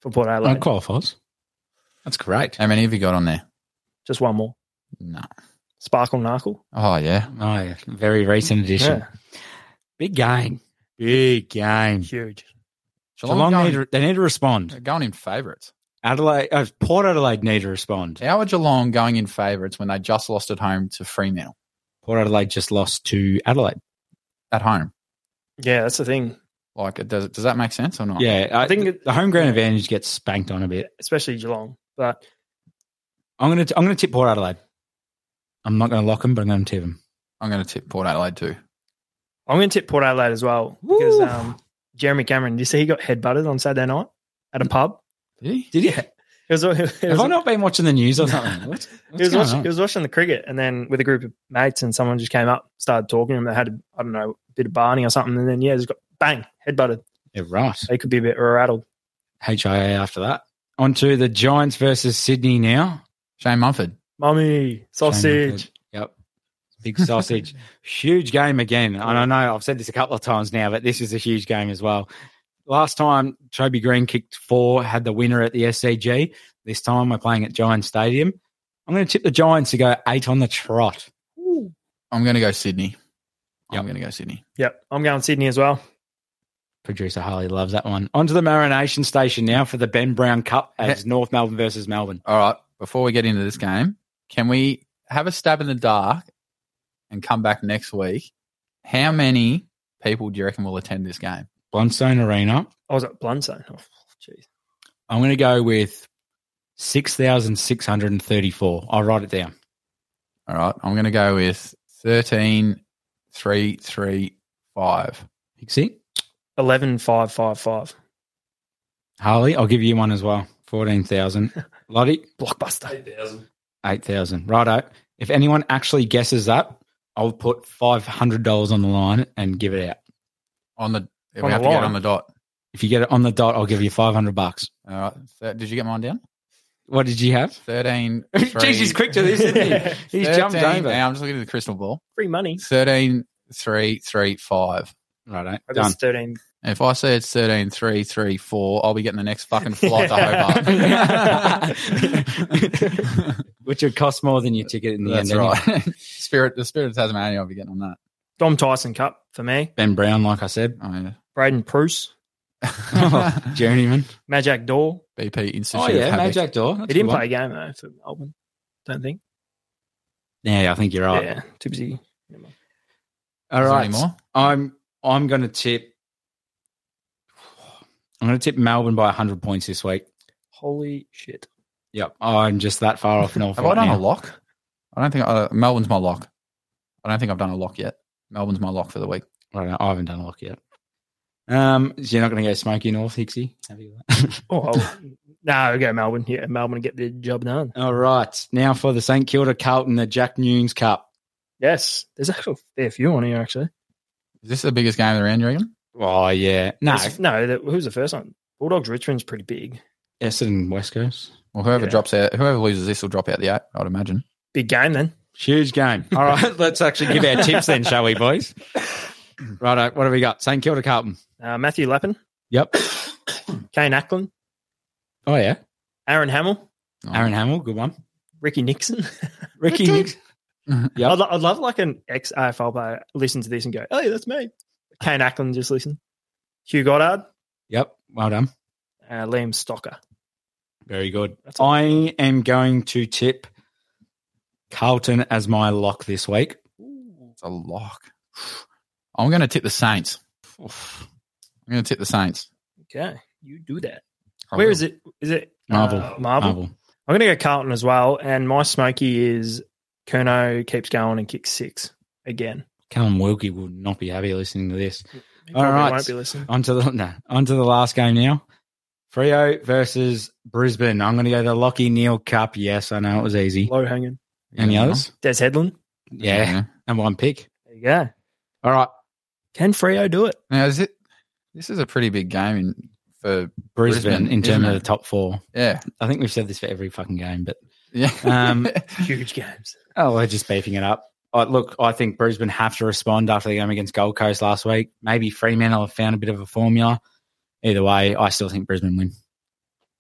for Port Adelaide.
that qualifies. That's great.
How many have you got on there?
Just one more.
No.
Sparkle Narkle.
Oh, yeah.
Oh, yeah. very recent addition.
Yeah,
Big game. Big game.
huge.
Geelong,
going,
need to, they need to respond.
they're going in favourites.
Adelaide, uh, Port Adelaide need to respond.
How are Geelong going in favourites when they just lost at home to Fremantle?
Port Adelaide just lost to Adelaide.
At home.
Yeah, that's the thing.
Like, it does, does that make sense or not?
Yeah, I,
think
think
it-
the home ground advantage gets spanked on a bit.
Especially Geelong. But
I'm gonna I'm gonna tip Port Adelaide. I'm not gonna lock them, but I'm gonna tip them.
I'm going to tip Port Adelaide too.
I'm going to tip Port Adelaide as well. Because
Woo.
um, Jeremy Cameron, did you see he got headbutted on Saturday night at a pub?
Did he?
Did you?
It was, it was,
Mm. Have I not been watching the news or something? What's,
he
what's
was
going
watching
on?
he was watching the cricket and then with a group of mates and someone just came up started talking to him they had a, i don't know a bit of barney or something and then yeah just got bang headbutted
Yeah, right.
they could be a bit rattled
HIA after that. On to the Giants versus Sydney now.
Shane Mumford.
mummy sausage
Yep. Big sausage. huge game again. And I know I've said this a couple of times now, but this is a huge game as well. Last time, Toby Green kicked four, had the winner at the SCG. This time, we're playing at Giants Stadium. I'm going to tip the Giants to go eight on the trot.
I'm going to go Sydney.
Yep.
I'm going to go Sydney.
yep i'm going sydney as well
Producer Harley loves that one. On to the Marination Station now for the Ben Brown Cup as North Melbourne versus Melbourne.
All right. Before we get into this game, can we have a stab in the dark and come back next week? How many people do you reckon will attend this game?
Blundstone Arena.
i was at blundstone oh jeez
I'm going to go with 6,634. I'll write it down.
All right. I'm going to go with 13335.
Pixie.
11555
Harley, I'll give you one as well. 14,000. Lottie,
blockbuster
8,000. Righto. If anyone actually guesses that, I'll put $500 on the line and give it out.
On the, we
On the
have to get
line.
on the dot.
If you get it on the dot, I'll give you 500 bucks.
All right. So, did you get mine down?
What did you have?
13.
Jeez, he's quick to this, isn't he? He's jumped over.
Now I'm just looking at the crystal ball.
free money
13335.
Righto.
i
Done.
got 13
And if I say it's 13334, I'll be getting the next fucking flight to Hobart.
Which would cost more than your ticket in the
That's
end. anyway.
right. Spirit, the Spirit of Tasmania, I'll be getting on that.
dom tyson cup for me
Ben Brown, like I said.
Oh,
braden pruce
yeah.
Journeyman.
magic Daw.
BP Institute.
Oh, yeah.
of Havoc.
Magic Door. That's a
he
good
didn't
one.
play a game though for melbourne don't think
Yeah, I think you're right.
yeah too busy Never mind.
All
Is there any
right.
more?
I'm I'm going to tip. I'm going to tip Melbourne by 100 points this week.
holy shit
Yep, I'm just that far off North.
Have
right
I done
now.
a lock? I don't think uh, Melbourne's my lock. I don't think I've done a lock yet. Melbourne's my lock for the week.
Right now, I haven't done a lock yet. Um, so you're not going to go smoky North, Hixie? Have you
Oh, I'll- no, we go Melbourne. Yeah, Melbourne to get the job done.
All right, now for the St Kilda Carlton, the Jack Nunes Cup.
Yes, there's actually a fair few on here actually.
Is this the biggest game of the round, you reckon?
Oh yeah, no,
There's- no. That, who's the first one? Bulldogs Richmond's pretty big,
Essendon West Coast,
Well, whoever
Yeah.
drops out, whoever loses this will drop out the eight, I'd imagine.
big game then.
huge game. All right, let's actually give our tips then, shall we, boys? Right, what have we got? St Kilda Carlton.
Uh, Matthew Lappin,
Yep.
Kane Ackland,
Oh yeah.
Aaron Hamill,
Aaron Hamill, Oh. good one.
Ricky Nixon.
Ricky, Nix- Yep.
I'd, lo- I'd love like an ex AFL player listen to this and go, "Hey, that's me." Kane Ackland just listen. Hugh Goddard,
yep, well done.
uh, Liam Stocker.
Very good.
That's all.
I am going to tip Carlton as my lock this week.
It's a lock. I'm going to tip the Saints.
Oof.
I'm going to tip the Saints.
Okay, you do that.
I
Where
will.
is it? Is it
Marvel.
uh, Marvel. I'm going to go Carlton as well, and my smoky is Kerno keeps going and kicks six again.
Callum Wilkie will not be happy listening to this.
He
All
probably
right.
won't be listening.
On to the no, on to the last game now. Frio versus Brisbane. I'm going to go the Lockie Neal Cup. Yes, I know it was easy.
Low hanging.
Any
Yeah.
others?
Des Headland.
Yeah, number one pick.
There you go.
All right,
Can Freo do it?
Now is it? This is a pretty big game in for
Brisbane,
Brisbane,
in terms
isn't
of
it?
the top four.
yeah
I think we've said this for every fucking game, but
yeah.
Um,
Huge games.
Oh, we're just beefing it up. Uh, look, I think Brisbane have to respond after the game against Gold Coast last week. Maybe Fremantle have found a bit of a formula. Either way, I still think Brisbane win.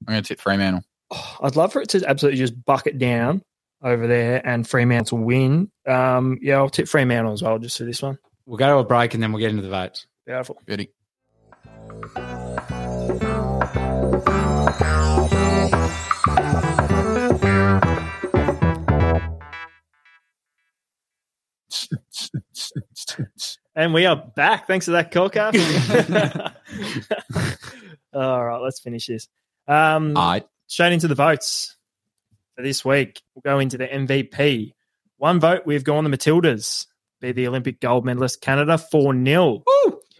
I'm going to tip Fremantle.
Oh, I'd love for it to absolutely just bucket down over there and Fremantle win. Um, yeah, I'll tip Fremantle as well just for this one.
We'll go to a break and then we'll get into the votes.
Beautiful.
Beauty.
And we are back. Thanks to that cockcast. All right, let's finish this. Um,
All right.
straight into the votes for this week. We'll go into the MVP. One vote, we've gone the Matildas, be the Olympic gold medalist Canada 4 0.
Woo!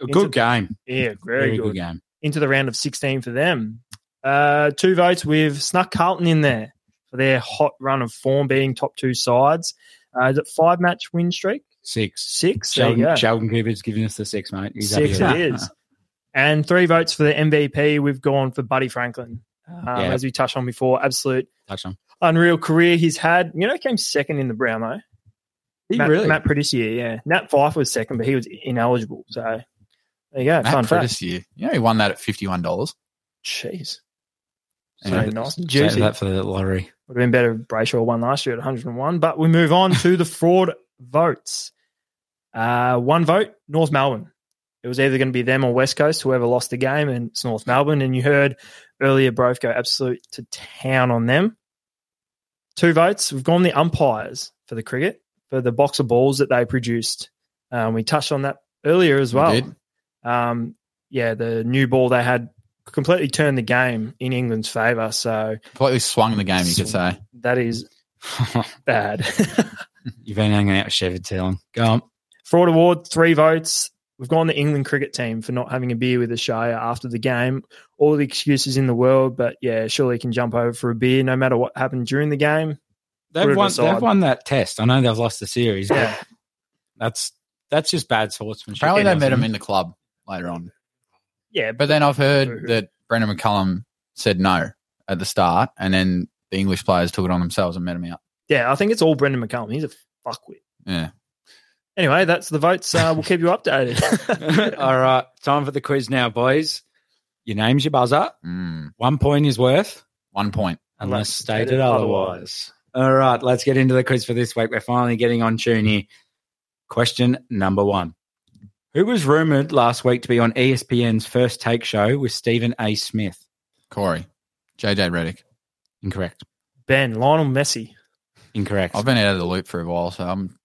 A
Into-
good game.
Yeah, very,
Very
good.
good game.
Into the round of 16 for them. Uh, two votes, we've snuck Carlton in there for their hot run of form, being top two sides. Uh, is it five match win streak?
Six.
Six. there you go.
Sheldon, Sheldon Cooper's giving us the six, mate. He's happy
Six
with
it
that.
is. And three votes for the MVP, we've gone for Buddy Franklin. Um,
Yeah.
As we touched on before, absolute
Touch on.
unreal career he's had. You know, came second in the Brownlow.
He
Matt,
really.
Matt Prittisier, yeah. Nat Fife was second, but he was ineligible. So there you go. Fun
Matt
fact.
Curtis here. You know he won that at fifty-one dollars.
Jeez. So
Yeah.
nice and
Save
juicy.
that for the lottery.
Would have been better if Brayshaw won last year at 101. But we move on to the fraud votes. Uh, one vote, North Melbourne. It was either going to be them or West Coast, whoever lost the game, and it's North Melbourne. And you heard earlier both go absolute to town on them. Two votes. We've gone the umpires for the cricket, for the box of balls that they produced. Um, we touched on that earlier as
We
well.
did.
Um, yeah, the new ball they had completely turned the game in England's favour. So
Completely swung the game, you could say.
that is bad.
You've been hanging out with Shepard too long. Go on.
Fraud award, three votes. We've gone the England cricket team for not having a beer with Australia after the game. All the excuses in the world, but yeah, surely you can jump over for a beer no matter what happened during the game. Put
They've
it
won,
aside.
they've won that test. I know they've lost the series, but
Yeah.
that's that's just bad sportsmanship.
Apparently they met
Nothing.
him in the club later on.
Yeah, but
But then I've
Mhm.
heard that Brendan McCullum said no at the start, and then the English players took it on themselves and met him out.
yeah, I think it's all Brendan McCullum. He's a fuckwit.
Yeah.
Anyway, that's the votes. Uh, we'll keep you updated.
All right, time for the quiz now, boys. Your name's your buzzer.
Mm.
One point is worth,
One point.
unless stated otherwise. All right, let's get into the quiz for this week. We're finally getting on tune here. Question number one Who was rumored last week to be on E ESPN's first take show with Stephen A. Smith?
Corey. JJ Reddick.
Incorrect.
Ben, Lionel Messi.
Incorrect.
I've been out of the loop for a while, so I'm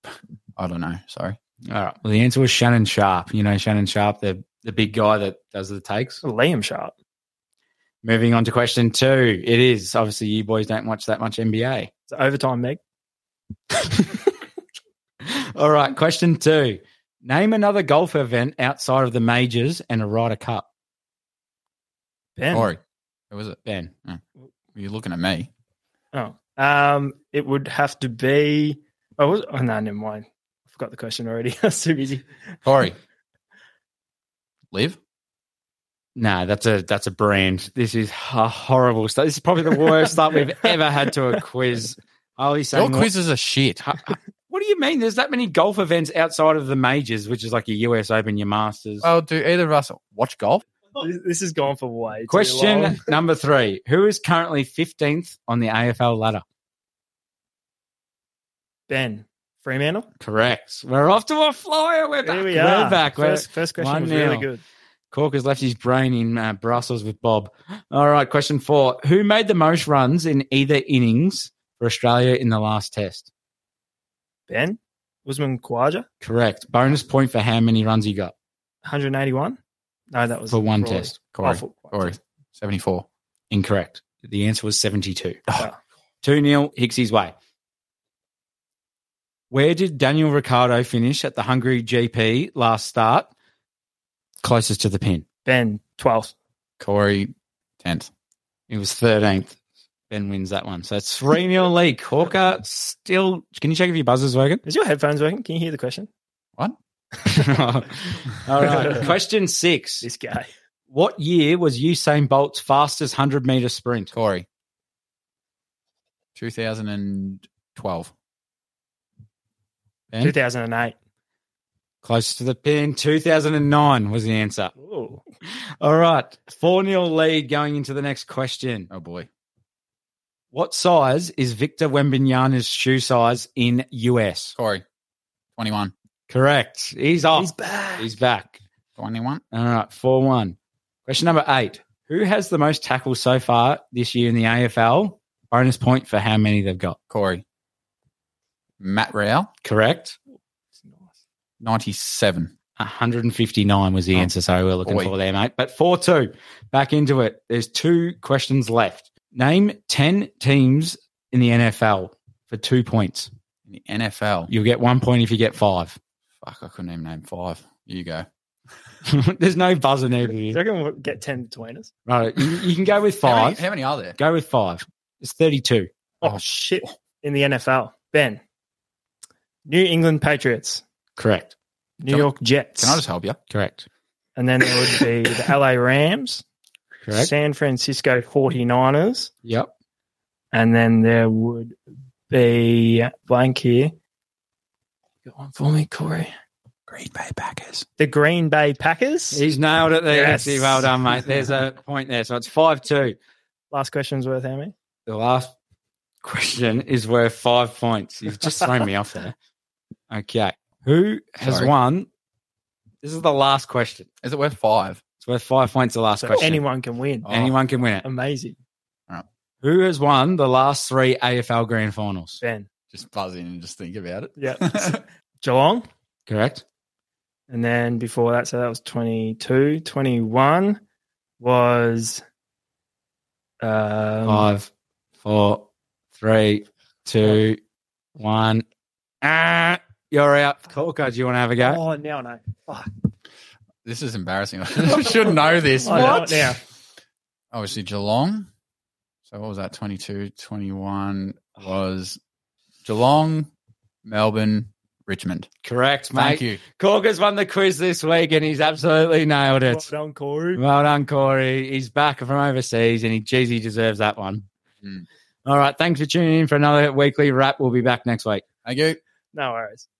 I don't know. Sorry.
All right. Well, the answer was Shannon Sharp. You know, Shannon Sharp, the, the big guy that does the takes.
Liam Sharp.
Moving on to question two. It is obviously you boys don't watch that much NBA.
It's overtime, Meg.
All right, question two. Name another golf event outside of the majors and a Ryder Cup.
Ben.
Corey. Who was it?
Ben,
Were you looking at me?
Oh, um, it would have to be. Oh, was, oh no, never mind. I forgot the question already. I was too busy.
Corey. Live?
no, that's a that's a brand. This is a horrible start. This is probably the worst start we've ever had to a quiz. Harley
Your
saying,
quizzes are shit.
what, what do you mean? There's that many golf events outside of the majors, which is like your US Open, your Masters.
Well, do either of us watch golf?
This has gone for way. too long.
Question number three Who is currently 15th on the AFL ladder?
Ben Fremantle.
Correct. We're off to a flyer. We're back.
Here we
are
are.
back. We're-
First, first question
one
was really
nil.
good.
Cork has left his brain in uh, Brussels with Bob. All right, question four. Who made the most runs in either innings for Australia in the last test?
Ben Usman Khawaja,
Correct. Bonus point for how many runs he got
181. No, that was
for one
Crawley.
test.
Oh,
Corey,
for-
Corey, 74.
Incorrect. The answer was 72.
Oh.
2 0, Hicksy's way. Where did Daniel Ricciardo finish at the Hungary GP last start? Closest to the pin.
Ben 12th.
Corey, 10th.
It was 13th. Ben wins that one. So it's 3 0 leak. Hawker still. Can you check if your buzzer's working?
Is your headphones working? Can you hear the question?
All right. Question six.
This guy.
What year was Usain Bolt's fastest 100 meter sprint?
Corey, 2012. Ben?
2008.
Close to the pin. 2009 was the answer.
Ooh.
All right. 4 0 lead going into the next question.
Oh, boy.
What size is Victor Wembanyama's shoe size in US?
Corey, 21.
Correct. He's off.
He's back.
He's back.
21.
All right, 4 1. Question number eight Who has the most tackles so far this year in the AFL? Bonus point for how many they've got.
Corey, Matt Rao,
Correct.
It's nice.
97.
159 was the
Oh,
answer, so we're looking
boy.
for there, mate. But 4 2, back into it. There's two questions left. Name 10 teams in the NFL for two points.
In the NFL.
You'll get one point if you get five.
Fuck, I couldn't even name five. You go.
There's no buzzer needed
Do you
here.
reckon we'll get 10 between us?
Right, you, you can go with
How many,
five.
how many are there?
Go with five. It's 32.
Oh, shit. In the NFL. Ben. New England Patriots.
Correct.
New
Can I-
York Jets.
Can I just help you?
Correct.
and then there would be the LA Rams,
Correct.
San Francisco 49ers,
Yep.
and then there would be blank here. Got one for me, Corey.
Green Bay Packers.
The Green Bay Packers.
He's nailed it there.
Yes.
Hixie. Well done, mate. There's a point there. So it's 5 2.
Last question's worth how many?
The last question is worth five points. You've just thrown me off there. Okay. Who has
Sorry.
won? This is the last question.
Is it worth five?
It's worth five points, the last
So
question.
anyone can win.
Oh.
Anyone can win it.
Amazing.
Who has won the last three AFL grand finals?
Ben.
Just buzz in and just think about it.
Yeah. Geelong.
Correct?
And then before that, so that was 22. 21 was. Um,
Five, four, three, two, one. Ah, you're out. Corker, do you want to have a go?
oh, now no. Fuck.
this is embarrassing. I should know this.
I know it
What?
now.
Obviously, Geelong. So what was that? 22, 21 was Geelong, Melbourne, Richmond.
Correct, mate.
Thank you.
Corker's won the quiz this week and he's absolutely nailed
Well
it.
done, Corey.
Well done, Corey. He's back from overseas and he, geez, he deserves that one.
Mm.
Hmm.
All right. Thanks for tuning in for another weekly wrap. We'll be back next week.
Thank you.
No worries.